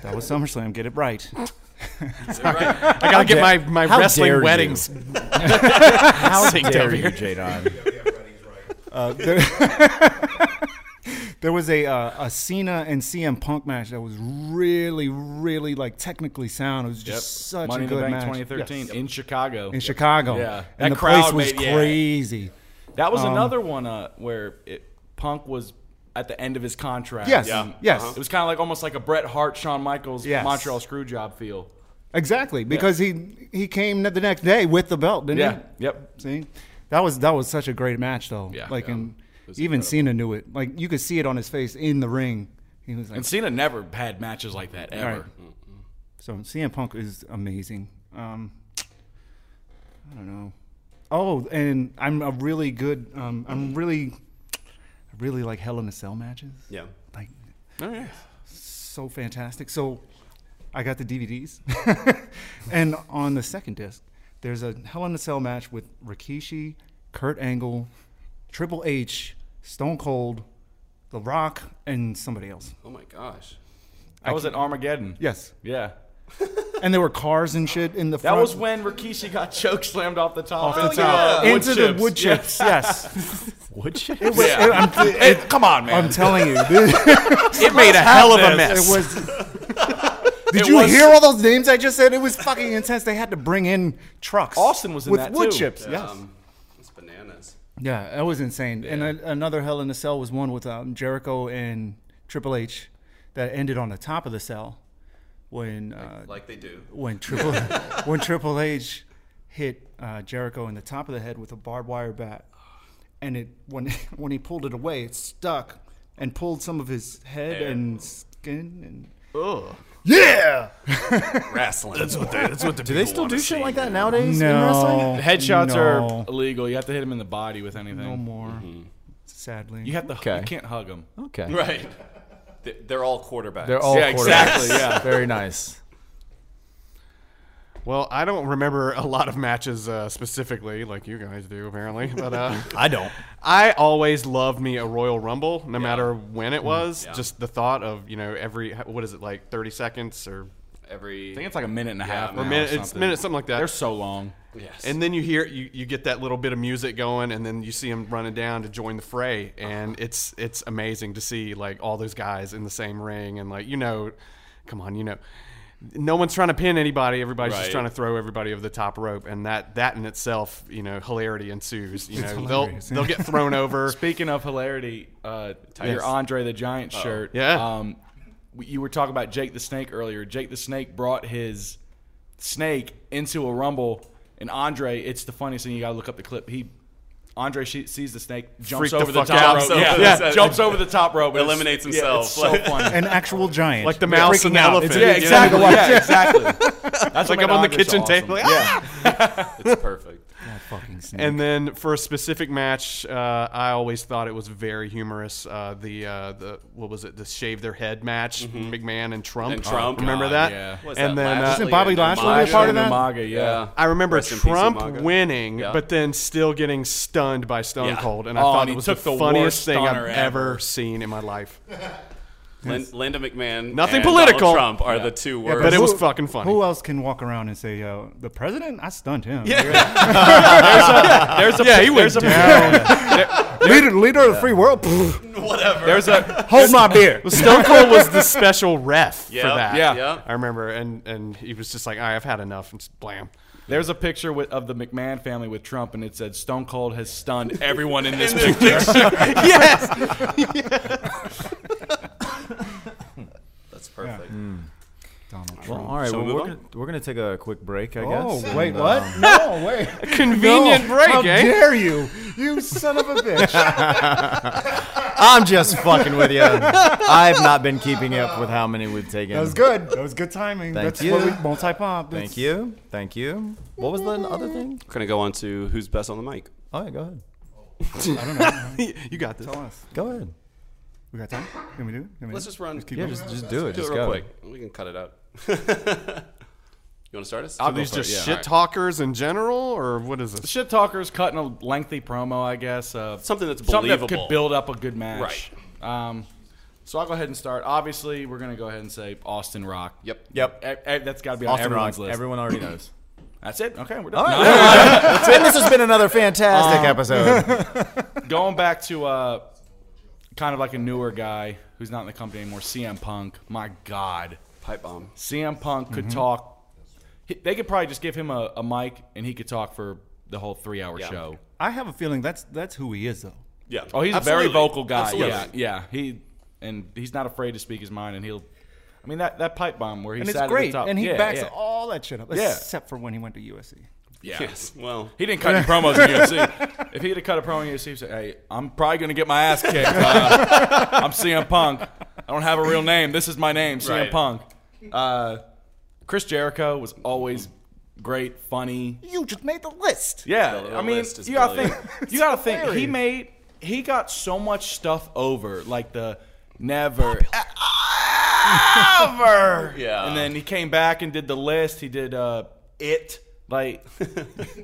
that was SummerSlam. Get it right.
I gotta
How
get
dare-
my, my
how dare
wrestling
you.
weddings. [laughs]
How
synced
dare
over
you,
here.
J-Don. Uh, there, [laughs] there was a uh, a Cena and CM Punk match that was really, really like technically sound. It was just
Yep.
such
uh, Money
a
in the
good
Bank
match.
2013
Yes.
in Chicago.
In Chicago.
yeah,
And
That
the place
crowd
was
made- yeah.
crazy.
That was
Um,
another one uh, where it, Punk was at the end of his contract.
Yes, Yeah. yes.
It was kind of like almost like a Bret Hart, Shawn Michaels,
Yes.
Montreal Screwjob feel.
Exactly, because he he came the next day with the belt, didn't
Yeah,
he?
Yep.
See, that was that was such a great match, though.
Yeah,
Like,
yeah.
and even Cena knew it. Like, you could see it on his face in the ring. He was like,
And Cena never had matches like that
All
ever.
right. So CM Punk is amazing. Um, I don't know. Oh, and I'm a really good. Um, I'm really, I really like Hell in a Cell matches.
Yeah.
Like,
oh yeah,
so fantastic. So, I got the DVDs, [laughs] and on the second disc, there's a Hell in a Cell match with Rikishi, Kurt Angle, Triple H, Stone Cold, The Rock, and somebody else.
Oh my gosh.
I was at Armageddon.
Yes.
Yeah.
And there were cars and shit in the
That
front.
was when Rikishi got [laughs] choke slammed off the top. Oh,
off the top
yeah.
into the wood chips. Yes,
[laughs] Wood chips?
It was,
Yeah.
it- I'm-
Hey,
it-
come on, man.
I'm telling you,
[laughs] It made a hell of a mess.
It
[laughs]
was. Did
It
you
was-
hear all those names I just said? It was fucking intense. They had to bring in trucks.
Austin was in
with
that
wood
too.
chips. Yes.
Um, it's bananas.
Yeah, that was insane. And a, another Hell in a Cell was one with um, Jericho and Triple H that ended on the top of the cell when uh,
like they do.
when Triple [laughs] when Triple H hit uh, Jericho in the top of the head with a barbed wire bat, and it when [laughs] when he pulled it away, it stuck and pulled some of his head and skin and.
Ugh.
Yeah,
wrestling. That's what they- that's what the
Do they people still do wanna shit see. like that nowadays in
No,
wrestling?
Headshots
no.
are illegal. You have to hit him in the body with anything.
no more. Sadly,
You have to.
Okay.
You can't hug him.
Okay.
Right. They- They're all quarterbacks.
They're all
Yeah,
quarterbacks.
exactly,
[laughs]
yeah.
Very nice.
Well, I don't remember a lot of matches uh, specifically, like you guys do apparently, but uh,
I don't.
[laughs] I always loved me a Royal Rumble, no matter when it was. Just the thought of you know every what is it like thirty seconds or
every.
I think it's like a minute and a half.
or
now
minute, it's
something.
minute something like that.
They're so long.
Yes.
And then you hear you, you get that little bit of music going, and then you see him running down to join the fray, and it's it's amazing to see like all those guys in the same ring, and like you know, come on, you know, no one's trying to pin anybody. Everybody's just
Right.
trying to throw everybody over the top rope, and that that in itself, you know, hilarity ensues. You
It's
know, they'll
hilarious.
they'll get thrown
[laughs]
over.
Speaking of hilarity, uh,
Yes.
your Andre the Giant
Oh.
shirt.
Yeah.
Um, w- you were talking about Jake the Snake earlier. Jake the Snake brought his snake into a rumble, and Andre. It's the funniest thing. You gotta look up the clip. He. Andre she, sees the snake,
Freaked
jumps
the
over the,
fuck out.
top rope.
So-
yeah,
yeah.
jumps over the top rope. and it's-
Eliminates
yeah,
himself.
[laughs]
it's so funny.
an actual giant,
Like the mouse and
freaking
the
out.
elephant.
It's-
Yeah,
Yeah.
exactly.
Yeah.
Yeah, exactly.
Like
That's what
I'm
made
on the
Andre so
kitchen
awesome.
table, like,
Yeah.
It's perfect.
fucking snake.
And then for a specific match, uh, I always thought it was very humorous. Uh, the uh, the what was it? The shave their head match, McMahon and Trump. Uh,
And Trump.
remember
God,
that?
yeah.
Was
and
that
then
Lashley?
uh,
Isn't Bobby
and
Lashley a
Umaga?
part of that?
Umaga, yeah.
[laughs]
Yeah.
I remember
Rest in peace,
Trump
Umaga.
winning,
Yeah.
but then still getting stunned by Stone
Yeah.
Cold, and I
Oh,
thought
and
it
he
was the
took the
funniest
worst
thing I've
stunner
ever
ever.
seen in my life.
Lin- Linda McMahon.
Nothing
and
political.
Donald Trump are the two words.
but it was fucking funny.
Who else can walk around and say, uh, "The president"? I stunned him.
There's a
Yeah, he went down.
leader, leader of the free world.
[laughs] whatever.
There's a
Hold my beer.
Stone Cold was the special ref
Yep,
for that.
yeah. Yep.
I remember, and and he was just like, "All right, I've had enough," and just blam.
[laughs] There's a picture with, of the McMahon family with Trump, and it said Stone Cold has stunned everyone in this picture.
That's perfect.
Donald
Well,
Trump.
all right.
Shall we
well,
move
we're
on?
gonna, we're gonna take a quick break, I guess.
Oh
and,
wait,
uh,
what? No, [laughs] wait.
Convenient
No.
break,
How
eh?
dare you, you son
[laughs]
of a bitch!
[laughs] I'm just fucking with you. I've not been keeping up with how many we've taken.
That was good. That was good timing.
Thank
That's what
you.
we multi pop.
Thank you. Thank you. What was the other thing?
We're gonna go on to who's best on the mic.
All right, go ahead.
You got this.
Us.
Go ahead.
We got time? Can we do it? Can we
Let's
do it?
just run.
keep
yeah,
going?
just, just do it. real quick. We can cut it out. [laughs] you want to start us?
Are these just shit talkers in general, or what is this?
Shit talkers cutting a lengthy promo, I guess. Uh,
something that's
Something that
believable.
could build up a good match. Right. Um, so I'll go ahead and start. Obviously, we're gonna go ahead and say Austin Rock.
Yep.
Yep. that's got to be on
Austin
everyone's
Rock.
list.
Everyone already knows.
That's it. Okay, we're
All
done.
right. That's it. This has been another fantastic episode.
going back to uh, kind of like a newer guy who's not in the company anymore, CM Punk. My God.
Pipe bomb.
CM Punk could
Mm-hmm.
Mhm.
talk. he- They could probably just give him a, a mic and he could talk for the whole three hour show.
I have a feeling that's that's who he is, though.
Yeah.
Oh, he's a very
Absolutely.
vocal guy.
Absolutely.
Yeah, yeah. He and he's not afraid to speak his mind, and he'll. I mean that that pipe bomb where he
and it's
sat at
great.
the top,
And he
yeah,
backs
yeah.
all that shit up,
Yeah.
except for when he went to USC.
Yeah.
Yes, well-
he didn't cut any promos in UFC. If he had cut a promo in UFC, he'd say, "Hey, I'm probably gonna get my ass [laughs] kicked. Uh, I'm CM Punk. I don't have a real name. This is my name, CM
Right.
Punk." Uh, Chris Jericho was always great, funny.
You just made the list.
Yeah,
The- the
I mean,
list is
you gotta
brilliant.
[laughs] think. You gotta think. He
hilarious.
made he got so much stuff over, like the never [laughs] ever.
Yeah.
and then he came back and did the list. He did uh it. Like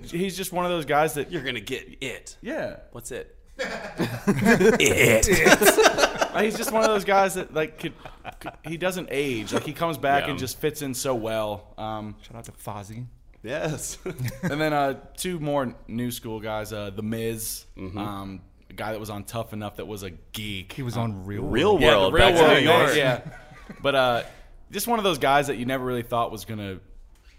he's just one of those guys that
[laughs] you're gonna get it.
Yeah.
[laughs]
What's it?
it. [laughs] Like, he's just one of those guys that like could, could- he doesn't age. Like he comes back
Yeah.
and just fits in so well. Um,
Shout out to Fozzy.
Yes.
[laughs] and then uh, two more new school guys. Uh, the Miz,
Mm-hmm.
um, a guy that was on Tough Enough, that was a geek. He
was on Real
Real World.
Yeah, the
World,
Uh, Real
back to
World.
New York.
Yeah, but uh, just one of those guys that you never really thought was gonna,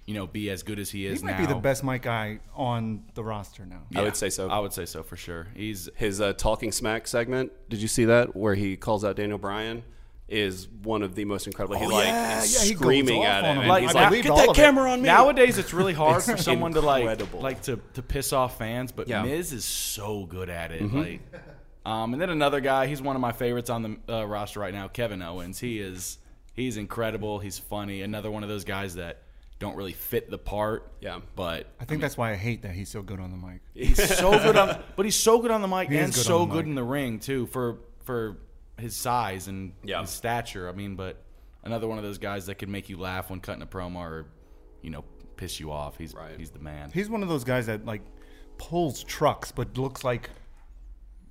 you know, be as good as he is
He might
now.
be the best mic guy on the roster now.
I would say so. I
would say so for sure. He's
his uh, talking smack segment. Did you see that where he calls out Daniel Bryan? Is one of the most incredible. he like
Oh, yeah,
is
yeah, he goes
screaming
off
at
on
him.
him.
and
Like,
he's
now-
like,
get
"Get
all
that
of it."
camera on me."
Nowadays,
[laughs]
it's really hard for
It's
someone to like
incredible.
like to, to piss off fans, but
Yeah.
Miz is so good at it.
Mhm.
Like, um, and then another guy, he's one of my favorites on the uh, roster right now, Kevin Owens. He is he's incredible. He's funny. Another one of those guys that don't really fit the part. Yeah, but
I think that's why I hate that he's so good on the mic.
He's so
[laughs]
good on, but he's so good on the mic
He is
and
good
so
on the
good
mic.
in the ring too for for his size and his stature. I mean, but another one of those guys that could make you laugh when cutting a promo or you know piss you off. He's he's the man.
He's one of those guys that like pulls trucks, but looks like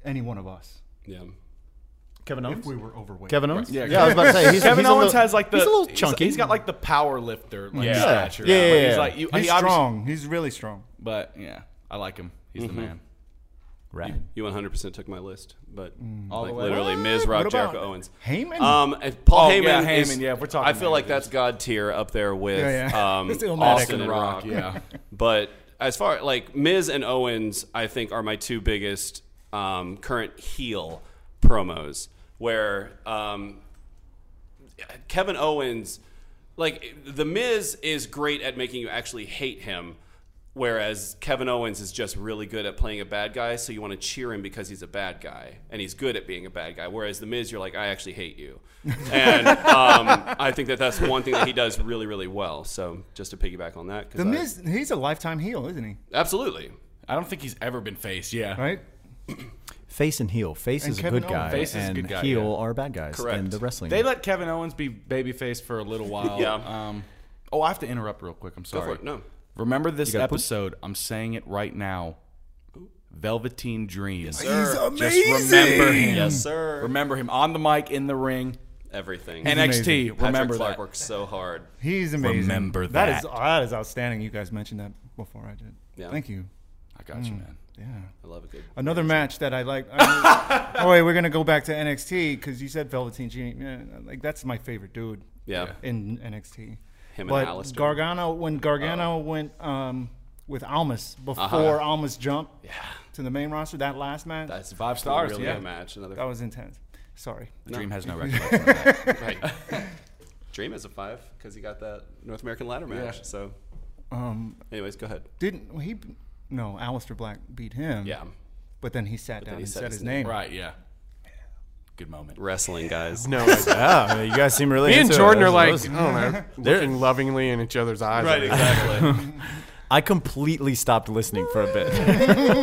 any one of us.
Yeah.
Kevin If we were overweight.
Kevin Owens?
Yeah.
Yeah, I was about to say, he's-
Kevin
he's a
Owens
little-
has like the
he's a little
chunky.
he's got like the power lifter like
Yeah.
stature.
Yeah,
Like,
yeah,
he's
yeah.
like you,
He's
he obviously-
strong. Mm-hmm. He's really strong.
But yeah, I like him. He's
Mhm.
the man.
Right. You, you 100% took my list, but
Mm. All the
like
way-
literally
What?
Miz, Rock,
What about
Jericho, Owens,
Heyman?
Um, if Paul
Oh,
Heyman.
yeah, Heyman,
is-
yeah, if we're talking
I feel like
Heyman,
that's God tier up there with
Yeah, yeah. [laughs]
Um,
It's Illmatic.
Austin
Rock,
and Rock.
yeah.
but as far like Miz and Owens, I think are my two biggest um, current heel promos. Where um, Kevin Owens, like the Miz is great at making you actually hate him, whereas Kevin Owens is just really good at playing a bad guy, so you want to cheer him because he's a bad guy and he's good at being a bad guy. Whereas the Miz, you're like, I actually hate
[laughs]
you, and um, I think that that's one thing that he does really, really well. So just to piggyback on that, 'cause
The
I-
Miz, he's a lifetime heel, isn't he?
absolutely.
I don't think he's ever been faced. Yeah,
Right?
Face and heel. Face
And
is
Kevin
a good guy.
Owens.
Face is a
and
good guy,
heel
yeah.
are bad guys. In the wrestling.
They let Kevin Owens be babyface for a little while.
[laughs] Yeah.
Um, oh, I have to interrupt real quick. I'm
Go
sorry.
for it. No.
Remember this
You got a poop?
episode. I'm saying it right now. Velveteen Dream. Yes,
sir. He's
Just remember
amazing.
him.
Yes, sir.
Remember him on the mic, in the ring.
Everything.
He's
NXT.
amazing.
Remember
Patrick Clark
that.
works so hard.
He's amazing.
Remember
That is,
that.
that is outstanding. You guys mentioned that before I did.
Yeah.
Thank you.
I got you,
Mm,
man.
Yeah.
I love a good.
Another match that I like. [laughs] I mean- oh wait, we're gonna go back to NXT because you said Velveteen Dream. Yeah, like that's my favorite dude.
Yeah.
In NXT.
and
but
Alistair.
Gargano when Gargano went um, with Almas before
Uh-huh.
Almas jumped to the main roster. That last match.
That's
Five stars,
Really
yeah.
good match. Another
That was intense. Sorry.
Dream has [laughs] no
recollection of [laughs] that. right. Dream is a five because he got that North American ladder match.
Yeah.
So,
Um,
anyways, go aleister
Didn't well, he? No, Alistair Black beat him.
Yeah.
But then he sat
But then
down
he
and
said
said
his
his name.
Right. Yeah. Good moment.
Wrestling guys. [laughs]
No,
yeah, you guys seem really
Me and
into it.
Jordan are
Those-
like,
those-
I don't
[laughs]
know,
They're-
looking lovingly in each other's eyes.
Right,
exactly.
I completely stopped listening for a bit.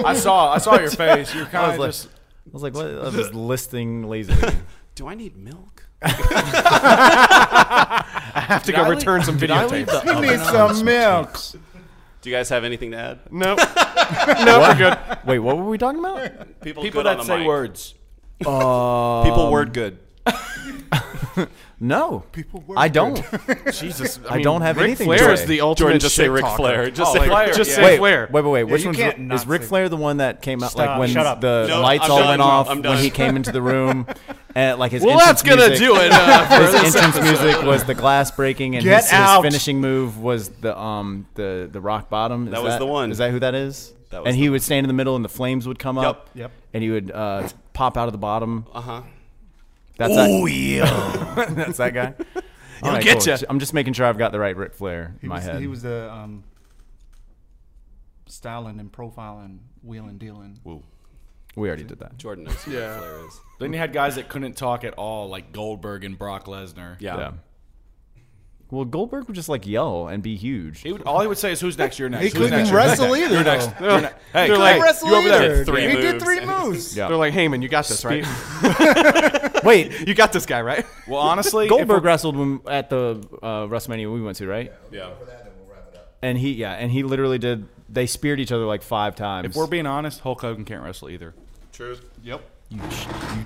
I saw- I saw your face. You were
[laughs] I was
kinda
like-
just-
I was like, what? I was just listening lazily.
Do I need milk? [laughs]
I have to
Did
go
I leave-
return some
did I
videotapes.
leave the
We
oven
need
on
some
sometimes?
milk.
Do you guys have anything to add?
[laughs]
No. No, we're good.
Wait, what were we talking about?
People,
People
good on
that
the
say
mic.
words.
People word good.
no,
People word
I don't.
good. Jesus,
I,
I mean,
don't have
Ric
anything.
Flair
to
is
say.
the ultimate Jordan, just say shit Ric talker. Flair. Just Oh, say- Flair, just yeah. say
wait,
Flair.
Wait, wait, wait.
Yeah,
Which
you
one's
can't
is Ric Flair the one that came out like
Stop.
when
Shut up.
the
No,
lights
I'm
all
done.
went off
I'm
when
done.
he came into the
[laughs]
room? And like his
Well,
entrance
that's gonna
music-
do it, uh, for
his
this
entrance
episode.
music was the glass breaking, and
Get
his,
out.
his finishing move was the um the the rock bottom. Is
That was the one.
Is that who that is?
That was
and
the
he would stand in the middle, and the flames would come up.
Yep.
And he would uh, pop out of the bottom.
Uh huh.
That's
Oh,
that.
yeah.
that's that guy.
[laughs] He'll
All right,
get ya.
I'm just making sure I've got the right Ric Flair in
He
my
was,
head.
He was the um, styling and profiling, wheeling, dealing.
we already did that.
Jordan knows who Ric Flair is.
Then you had guys that couldn't talk at all, like Goldberg and Brock Lesnar.
Yeah.
Well, Goldberg would just like yell and be huge.
He would, all he would say is, "Who's next? You're next."
He
Who's
couldn't
next?
even
You're next?
wrestle
You're
either,
next.
though.
You're
He
next. [laughs] Hey,
couldn't
you're like,
wrestle
you over
either.
there.
He Three did moves. three [laughs]
moves.
Yeah.
They're like, Heyman, you got this,
[laughs]
right? [laughs]
Wait,
you got this guy, right?
Well, honestly, if
Goldberg
we're-
wrestled when, at the uh, WrestleMania we went to, right?
Yeah.
And he, yeah, and he literally did. They speared each other like five times.
If we're being honest, Hulk Hogan can't wrestle either.
Truth.
Yep.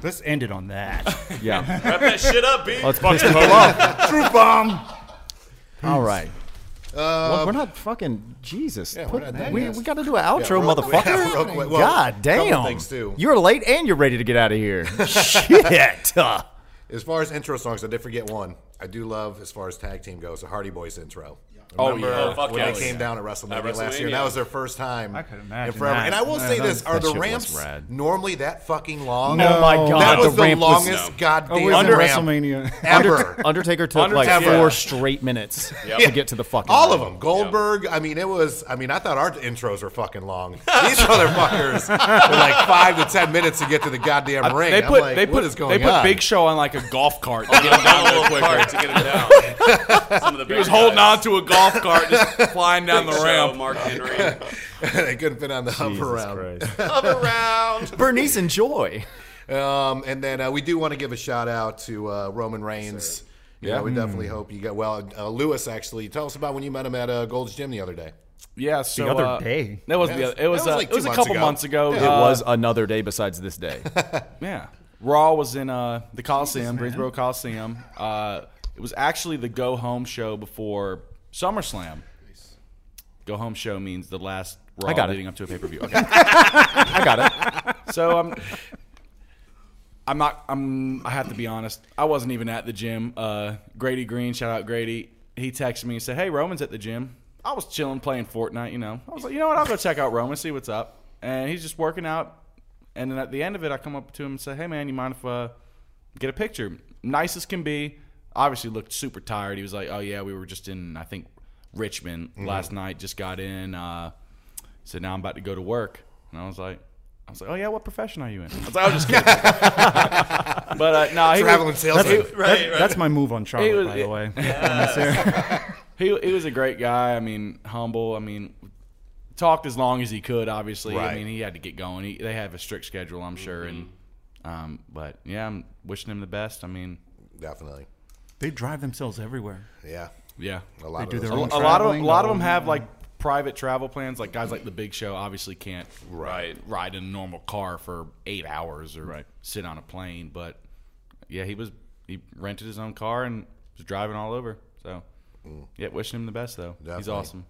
Let's end it on that.
[laughs]
Yeah.
Wrap that shit up, B.
Let's piss people off.
Truth bomb.
All right.
Uh,
Well, we're not fucking Jesus.
yeah,
Put-
we're not-
we,
yes.
we got to do an
Yeah,
outro,
real quick.
motherfucker.
Yeah, [laughs] real quick. Well,
God
couple
damn.
things, too.
You're late and you're ready to get out
[laughs]
of here. Shit. Uh,
As far as intro songs, I did forget one. I do love as far as tag team goes, the Hardy Boys intro.
Oh,
Remember
yeah. Oh, fuck
when
yeah.
they came down at
At
WrestleMania, last year,
WrestleMania.
and that was their first time. I
could imagine
In forever.
that.
And I will
Man,
say
that
this:
was-
Are
that
the
shit was
ramps
rad.
normally that fucking long?
No. Oh my God.
that
The
was the,
ramp was-
longest
No.
goddamn
Always in
ramp
WrestleMania.
ever.
Undertaker took like
Undertaker.
four straight
[laughs]
minutes to get to the fucking.
All of
ring.
them. Goldberg. I mean, it was. I mean, I thought our intros were fucking long. These [laughs] motherfuckers were like five to ten minutes to get to the goddamn ring.
They
I'm
put
like,
they
what
put
is going
they put
on?
Big Show on like a golf cart
[laughs]
to get him down a
Down
little
a little
quicker.
card to get him
[laughs]
down. Some of the
He was
bigger
holding
guys.
on to a golf cart,
[laughs]
just flying down
Big
the
Show,
ramp.
Mark
[laughs]
Henry.
[laughs] they couldn't fit on the hump around. [laughs]
Bernice and Joy.
Um, and then uh, we do want to give a shout out to uh, Roman Reigns. Yeah,
Yeah.
we definitely hope you got well. Uh, Lewis, actually, tell us about when you met him at uh, Gold's Gym the other day.
Yeah, so
other
uh,
day.
That was
That
the
was-
other. It was,
that was
uh,
like
it was
two
a
months
couple
ago.
months ago.
It
Uh,
was another day besides this
[laughs]
day.
Yeah. Raw was in uh, the Coliseum, Greensboro Coliseum. Uh, it was actually the go home show before SummerSlam. Go home show means the last Raw
I got it.
leading up to a pay per
[laughs]
view. Okay.
I got it.
so I'm, I'm not. I'm. I have to be honest. I wasn't even at the gym. Uh, Grady Green, shout out Grady. He texted me and said, "Hey, Roman's at the gym." I was chilling, playing Fortnite. You know, I was like, you know what? I'll go check out Roman, see what's up. And he's just working out. And then at the end of it, I come up to him and say, "Hey, man, you mind if uh, get a picture?" Nice as can be. Obviously, looked super tired. He was like, "Oh yeah, we were just in, I think, Richmond last night. Just got in." Uh, so now I'm about to go to work. And I was like, I was like, oh yeah, what profession are you in? I was like, I was just kidding. but uh, no, he
Traveling
was,
salesman.
he-
That- That's my move on Charlotte,
was-
by the way.
He, he was a great guy. I mean, humble. I mean, talked as long as he could. Obviously, I
Right.
mean, he had to get going. He, they have a strict schedule, I'm sure. And um, but yeah, I'm wishing him the best. I mean,
Definitely.
They drive themselves everywhere.
Yeah.
yeah,
A lot
They do
of those-
their
a,
own
a lot of
traveling,
a lot
their
of them
own-
have like private travel plans. Like guys like the Big Show obviously can't
Right.
ride in a normal car for eight hours or sit on a plane. But yeah, he was he rented his own car and was driving all over. So yeah, wishing him the best though. He's
Definitely.
awesome.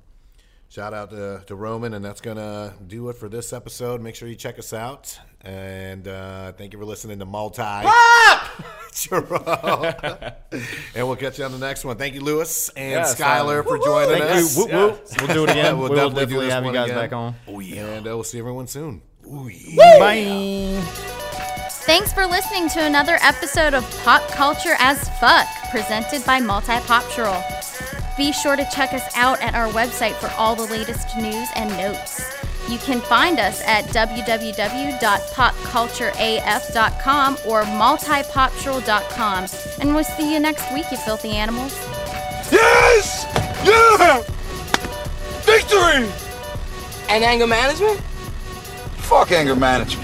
Shout out to, to Roman, and that's gonna do it for this episode. Make sure you check us out, and uh, thank you for listening to Multi. [laughs] Jerome. and we'll catch you on the next one. Thank you, Lewis and
Yes,
Skylar,
um,
for joining
Thank
us.
you. Whoop, whoop. We'll do it
[laughs]
again.
We'll
we will
definitely do
definitely,
this
have you
one
guys
again.
back on.
And uh, we'll see everyone soon.
Bye.
Thanks for listening to another episode of Pop Culture as Fuck, presented by Multipoptural. Be sure to check us out at our website for all the latest news and notes. You can find us at www.popcultureaf.com or multipoptural.com. And we'll see you next week, you filthy animals.
Yes! Yeah! Victory!
And anger management?
Fuck anger management.